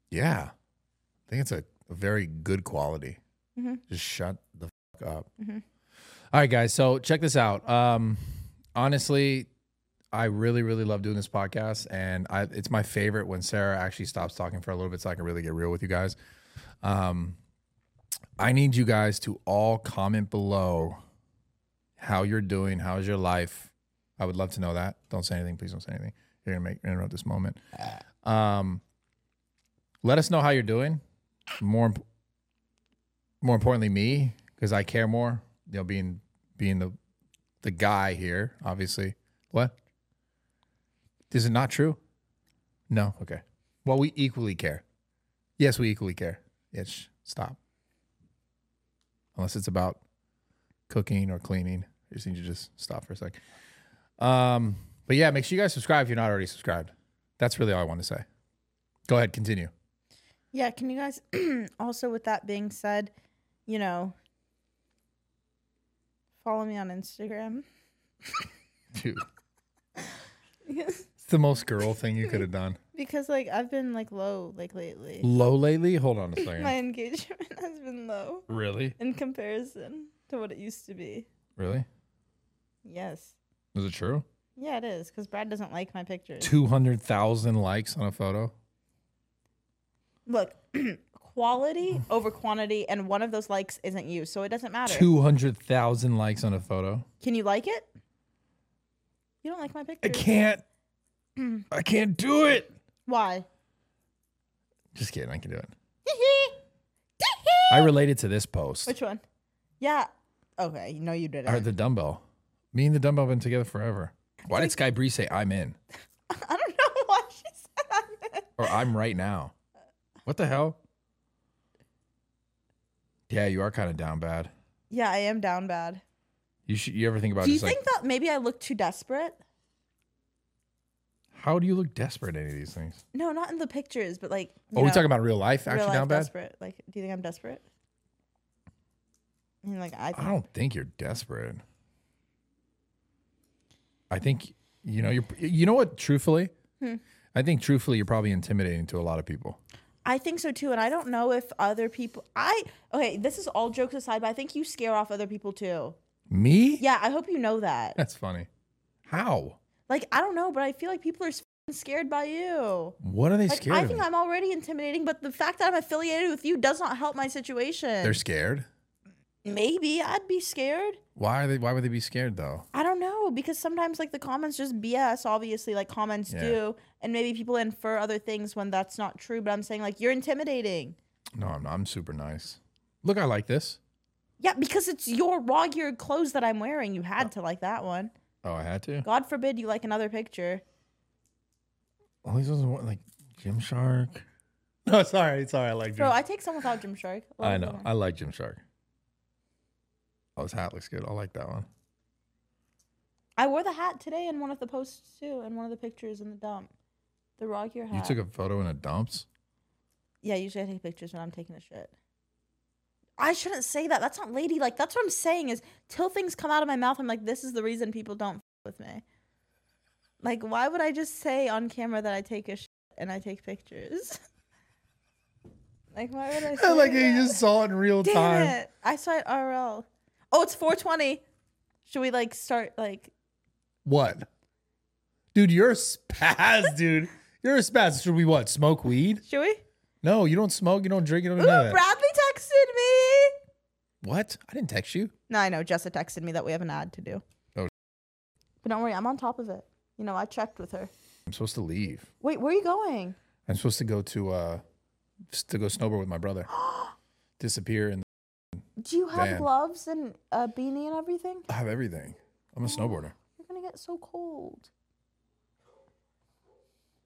S2: Yeah. I think it's a, a very good quality.
S1: Mhm.
S2: Just shut the fuck up.
S1: Mhm.
S2: All right, guys. So check this out. Um, honestly, I really, really love doing this podcast, and I, it's my favorite when Sarah actually stops talking for a little bit, so I can really get real with you guys. Um, I need you guys to all comment below how you're doing, how's your life. I would love to know that. Don't say anything, please. Don't say anything. You're gonna make interrupt this moment. Um, let us know how you're doing. More, imp- more importantly, me because I care more. You know, being being the the guy here, obviously. What? Is it not true? No. Okay. Well, we equally care. Yes, we equally care. It's stop. Unless it's about cooking or cleaning, I just need you to just stop for a sec. Um, but yeah, make sure you guys subscribe if you're not already subscribed. That's really all I want to say. Go ahead, continue.
S1: Yeah, can you guys also with that being said, you know, follow me on Instagram.
S2: Dude, it's the most girl thing you could have done.
S1: because like I've been like low like lately.
S2: Low lately? Hold on a second.
S1: My engagement has been low
S2: really?
S1: in comparison to what it used to be.
S2: Really?
S1: Yes.
S2: Is it true?
S1: Yeah, it is because Brad doesn't like my pictures.
S2: 200,000 likes on a photo?
S1: Look, quality over quantity, and one of those likes isn't you, so it doesn't matter.
S2: 200,000 likes on a photo?
S1: Can you like it? You don't like my
S2: I
S1: pictures.
S2: can't. I can't do it.
S1: Why?
S2: Just kidding. I can do it. I related to this post
S1: Which one? Yeah. Okay. No, you didn't.
S2: or the dumbbell. Me and the dumbbell have been together forever. Why did Sky Bree say I'm in
S1: I don't know why she said that.
S2: or I'm right now? What the hell? Yeah, you are kind of down bad.
S1: Yeah, I am down bad.
S2: You should. You ever think about
S1: Do you
S2: just like
S1: think that maybe I look too desperate?
S2: how do you look desperate in any of these things?
S1: No, not in the pictures, but like.
S2: Oh, we talking about real life?
S1: real
S2: Actually,
S1: life
S2: down bad.
S1: desperate. Like, do you think I'm desperate? I mean, like I.
S2: I don't think you're desperate. I think you know you're. You know what? Truthfully,
S1: Hmm.
S2: I think truthfully you're probably intimidating to a lot of people.
S1: I think so too, and I don't know if other people. I okay. This is all jokes aside, but I think you scare off other people too.
S2: Me?
S1: Yeah, I hope you know that.
S2: That's funny. How?
S1: Like, I don't know, but I feel like people are fing scared by you.
S2: What are they
S1: Like,
S2: scared
S1: I
S2: of?
S1: think I'm already intimidating, but the fact that I'm affiliated with you does not help my situation.
S2: They're scared.
S1: Maybe I'd be scared.
S2: Why are they? Why would they be scared though?
S1: I don't know because sometimes like the comments just BS, obviously, like comments
S2: Yeah.
S1: do, and maybe people infer other things when that's not true. But I'm saying like you're intimidating.
S2: No, I'm. I'm super nice. Look, I like this.
S1: Yeah, because it's your raw geared clothes that I'm wearing. You
S2: Uh
S1: had to like that one.
S2: Oh, I had to.
S1: God forbid you like another picture.
S2: All these ones are like Gymshark. No, sorry, sorry. I like.
S1: Bro,
S2: Gym-
S1: I take some without Gymshark. Love
S2: I
S1: it
S2: know.
S1: more.
S2: I like Gymshark. Oh, his hat looks good. I like that one.
S1: I wore the hat today in one of the posts too, in one of the pictures in the dump. The raw gear hat.
S2: You took a photo in a dumps.
S1: Yeah, usually I take pictures when I'm taking a shit. I shouldn't say that. That's not ladylike. That's what I'm saying is till things come out of my mouth, I'm like, this is the reason people don't f- with me. Like, why would I just say on camera that I take a shit and I take pictures? like, why would I say
S2: like
S1: that?
S2: you just saw it in real
S1: Damn
S2: time.
S1: it. I saw it RL. Oh, it's 420. Should we like start like
S2: What? Dude, you're a spaz, dude. You're a spaz. Should we what? Smoke weed?
S1: should we?
S2: No, you don't smoke. You don't drink. You don't do
S1: Ooh,
S2: none of that.
S1: Bradley texted me.
S2: What? I didn't text you.
S1: No, I know. Jessa texted me that we have an ad to do.
S2: Oh.
S1: But don't worry, I'm on top of it. You know, I checked with her.
S2: I'm supposed to leave.
S1: Wait, where are you going?
S2: I'm supposed to go to uh s- to go snowboard with my brother. Disappear and
S1: Do you have
S2: Van.
S1: gloves and a beanie and everything?
S2: I have everything. I'm a snowboarder.
S1: You're gonna get so cold.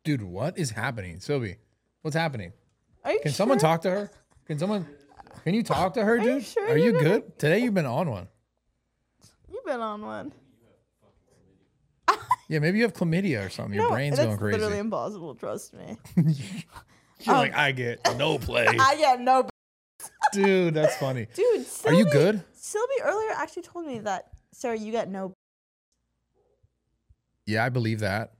S2: Dude, what is happening? Sylvie, what's happening?
S1: Are you
S2: Can someone
S1: sure?
S2: talk to her? Can someone Can you talk to her,
S1: you
S2: dude?
S1: sure
S2: Are you
S1: you're gonna-
S2: good? Today you've been on one.
S1: You've been on one.
S2: Yeah, maybe you have chlamydia or something. Your
S1: no,
S2: brain's
S1: that's
S2: going crazy.
S1: literally impossible. Trust me.
S2: You're like, I get no play.
S1: I get no. b-
S2: Dude, that's funny.
S1: Dude,
S2: Are
S1: Sylvie,
S2: you good?
S1: Sylvie earlier actually told me that Sarah, you get no. b-
S2: Yeah, I believe that.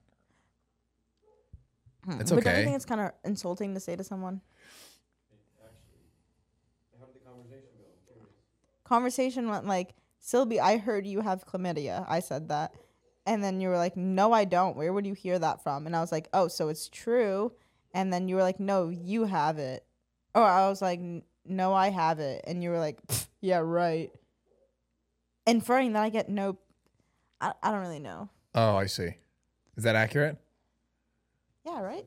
S2: That's
S1: Hmm, But don't you
S2: okay.
S1: think it's kind of insulting to say to someone?
S4: How did the conversation go? I'm curious.
S1: Conversation went like, Sylvie, I heard you have chlamydia. I said that. And then you were like, No, I don't. Where would you hear that from? And I was like, Oh, so it's true. And then you were like, No, you have it. Oh, I was like, "N- No, I have it. And you were like, "Pfft, Yeah, right. Inferring that I get no. I, I don't really know.
S2: Oh, I see. Is that accurate?
S1: Yeah, right?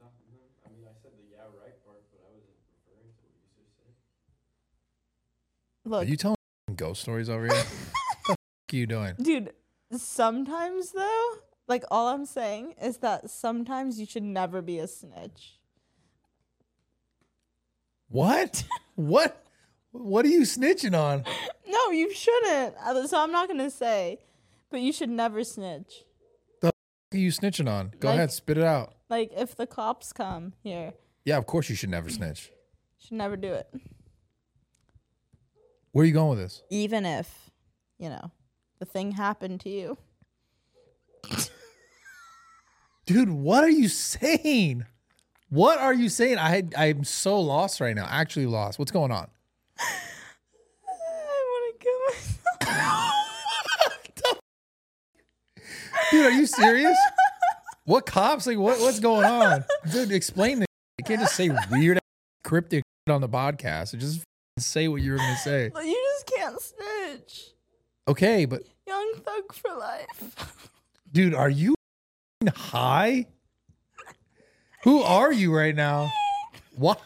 S4: No, no, I mean, I said the yeah right part, but I wasn't referring to what you just
S2: Are
S4: said.
S1: Look,
S2: you telling ghost stories over here? the f- are you doing?
S1: Dude, sometimes though, like all I'm saying is that sometimes you should never be a snitch.
S2: What? What? What are you snitching on?
S1: No, you shouldn't. Uh, So I'm not gonna say, but you should never snitch.
S2: What are you snitching on? Go
S1: Like-
S2: ahead, spit it out.
S1: Like if the cops come here,
S2: Yeah, of course you should never snitch.
S1: should never do it.
S2: Where are you going with this?
S1: Even if, you know, the thing happened to you.
S2: Dude, what are you saying? What are you saying? I I'm so lost right now. Actually lost. What's going on?
S1: I wanna kill myself.
S2: Dude, are you serious? What cops? Like what what's going on? Dude, explain this. You can't just say weird cryptic on the podcast. Just say what you were gonna say.
S1: But you just can't snitch.
S2: Okay, but
S1: Young thug for life.
S2: dude, are you high? Who are you right now? What?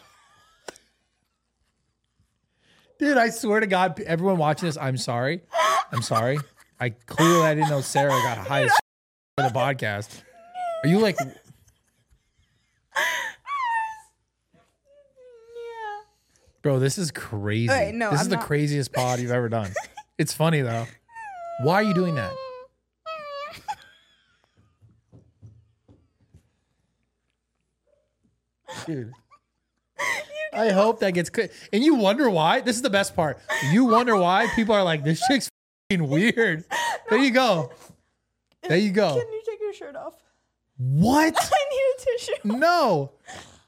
S2: Dude, I swear to God, everyone watching this, I'm sorry. I'm sorry. I clearly I didn't know Sarah got high as for the podcast. Are you like?
S1: yeah.
S2: Bro, this is crazy.
S1: Alright, no,
S2: this is
S1: I'm
S2: the
S1: not-
S2: craziest pod you've ever done. It's funny though. Why are you doing that? Dude. I hope that gets clear. And you wonder why? This is the best part. You wonder why people are like, this chick's fing weird. There you go. There you go.
S1: Can you take your shirt off? I need
S2: What?
S1: a tissue.
S2: No.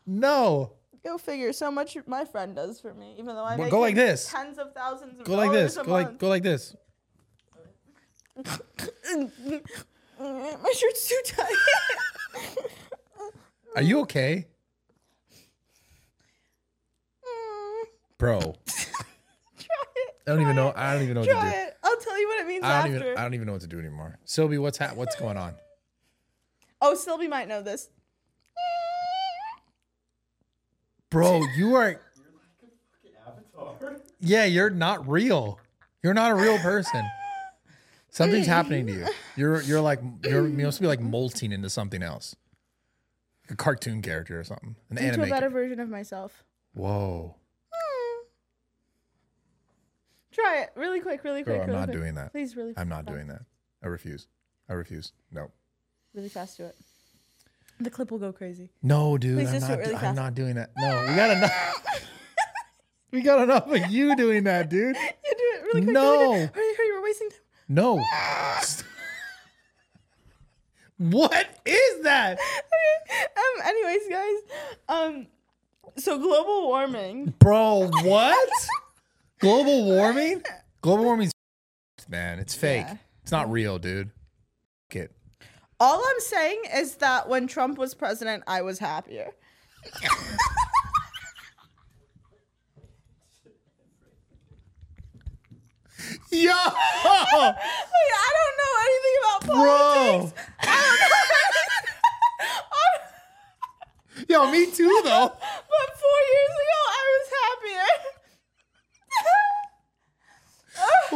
S2: No.
S1: Go figure. So much my friend does for me, even though I
S2: Well,
S1: make
S2: go
S1: him
S2: like this.
S1: tens of thousands of
S2: Go like
S1: dollars
S2: this.
S1: a
S2: Go like
S1: month.
S2: go like this.
S1: My shirt's too tight.
S2: Are you okay? Bro.
S1: Try it.
S2: I don't even know. I don't even know what to
S1: Try
S2: do.
S1: it. I'll tell you what it means
S2: I don't
S1: after.
S2: even. I don't even know what to do anymore. Sylvie, what's ha- what's going on?
S1: oh, Sylvie might know this.
S2: Bro, you are.
S4: Avatar?
S2: Yeah, you're not real. You're not a real person. Something's happening to you. You're you're like you're you must be like molting into something else, a cartoon character or something, an
S1: Into
S2: anime.
S1: a better
S2: character.
S1: version of myself.
S2: Whoa,
S1: Try it really quick, really quick.
S2: bro, I'm
S1: really
S2: not
S1: quick.
S2: doing that.
S1: Please, really.
S2: I'm not
S1: fast.
S2: doing that. I refuse. I refuse. No,
S1: Really fast, do it. The clip will go crazy.
S2: no, dude,
S1: Please
S2: I'm
S1: just do
S2: not.
S1: it really
S2: do- I'm
S1: fast.
S2: not doing that. No, we got enough. we got enough of you doing that, dude.
S1: You do it really quick.
S2: No.
S1: Really quick. Hurry, hurry, we're wasting time.
S2: No. what is that?
S1: um anyways guys um so global warming
S2: Bro, what? Global warming? Global warming's man, it's fake.
S1: Yeah.
S2: It's not real, dude. Fuck it.
S1: all i'm saying is that when trump was president i was happier
S2: Yo!
S1: like, i don't know anything about
S2: Bro.
S1: politics i don't know
S2: Yo, me too though.
S1: but four years ago i was happier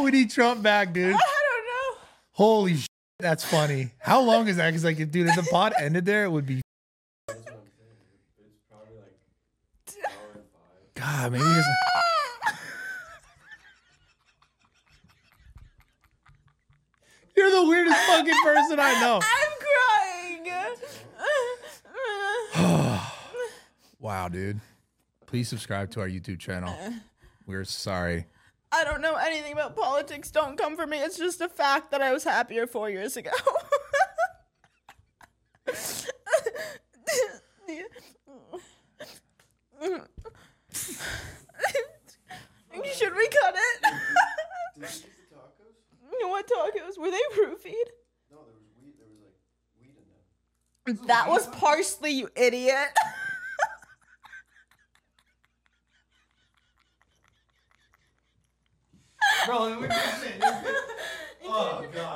S2: We need Trump back, dude.
S1: i don't know
S2: Holy shit, that's funny. How long is that? Cause like if dude, if the pod ended there, it would be
S4: That's what I'm saying. It's probably like hour and five.
S2: God, maybe just person I know.
S1: I'm crying.
S2: Wow, dude. Please subscribe to our YouTube channel.
S1: Uh.
S2: We're sorry.
S1: I don't know anything about politics. Don't come for me. It's just a fact that I was happier four years ago. Should we cut it?
S4: Did you eat the tacos?
S1: what tacos? Were they roofied?
S4: No, there was weed. There was like weed in them.
S1: That was parsley, you idiot.
S4: Bro, let me finish it. Oh god.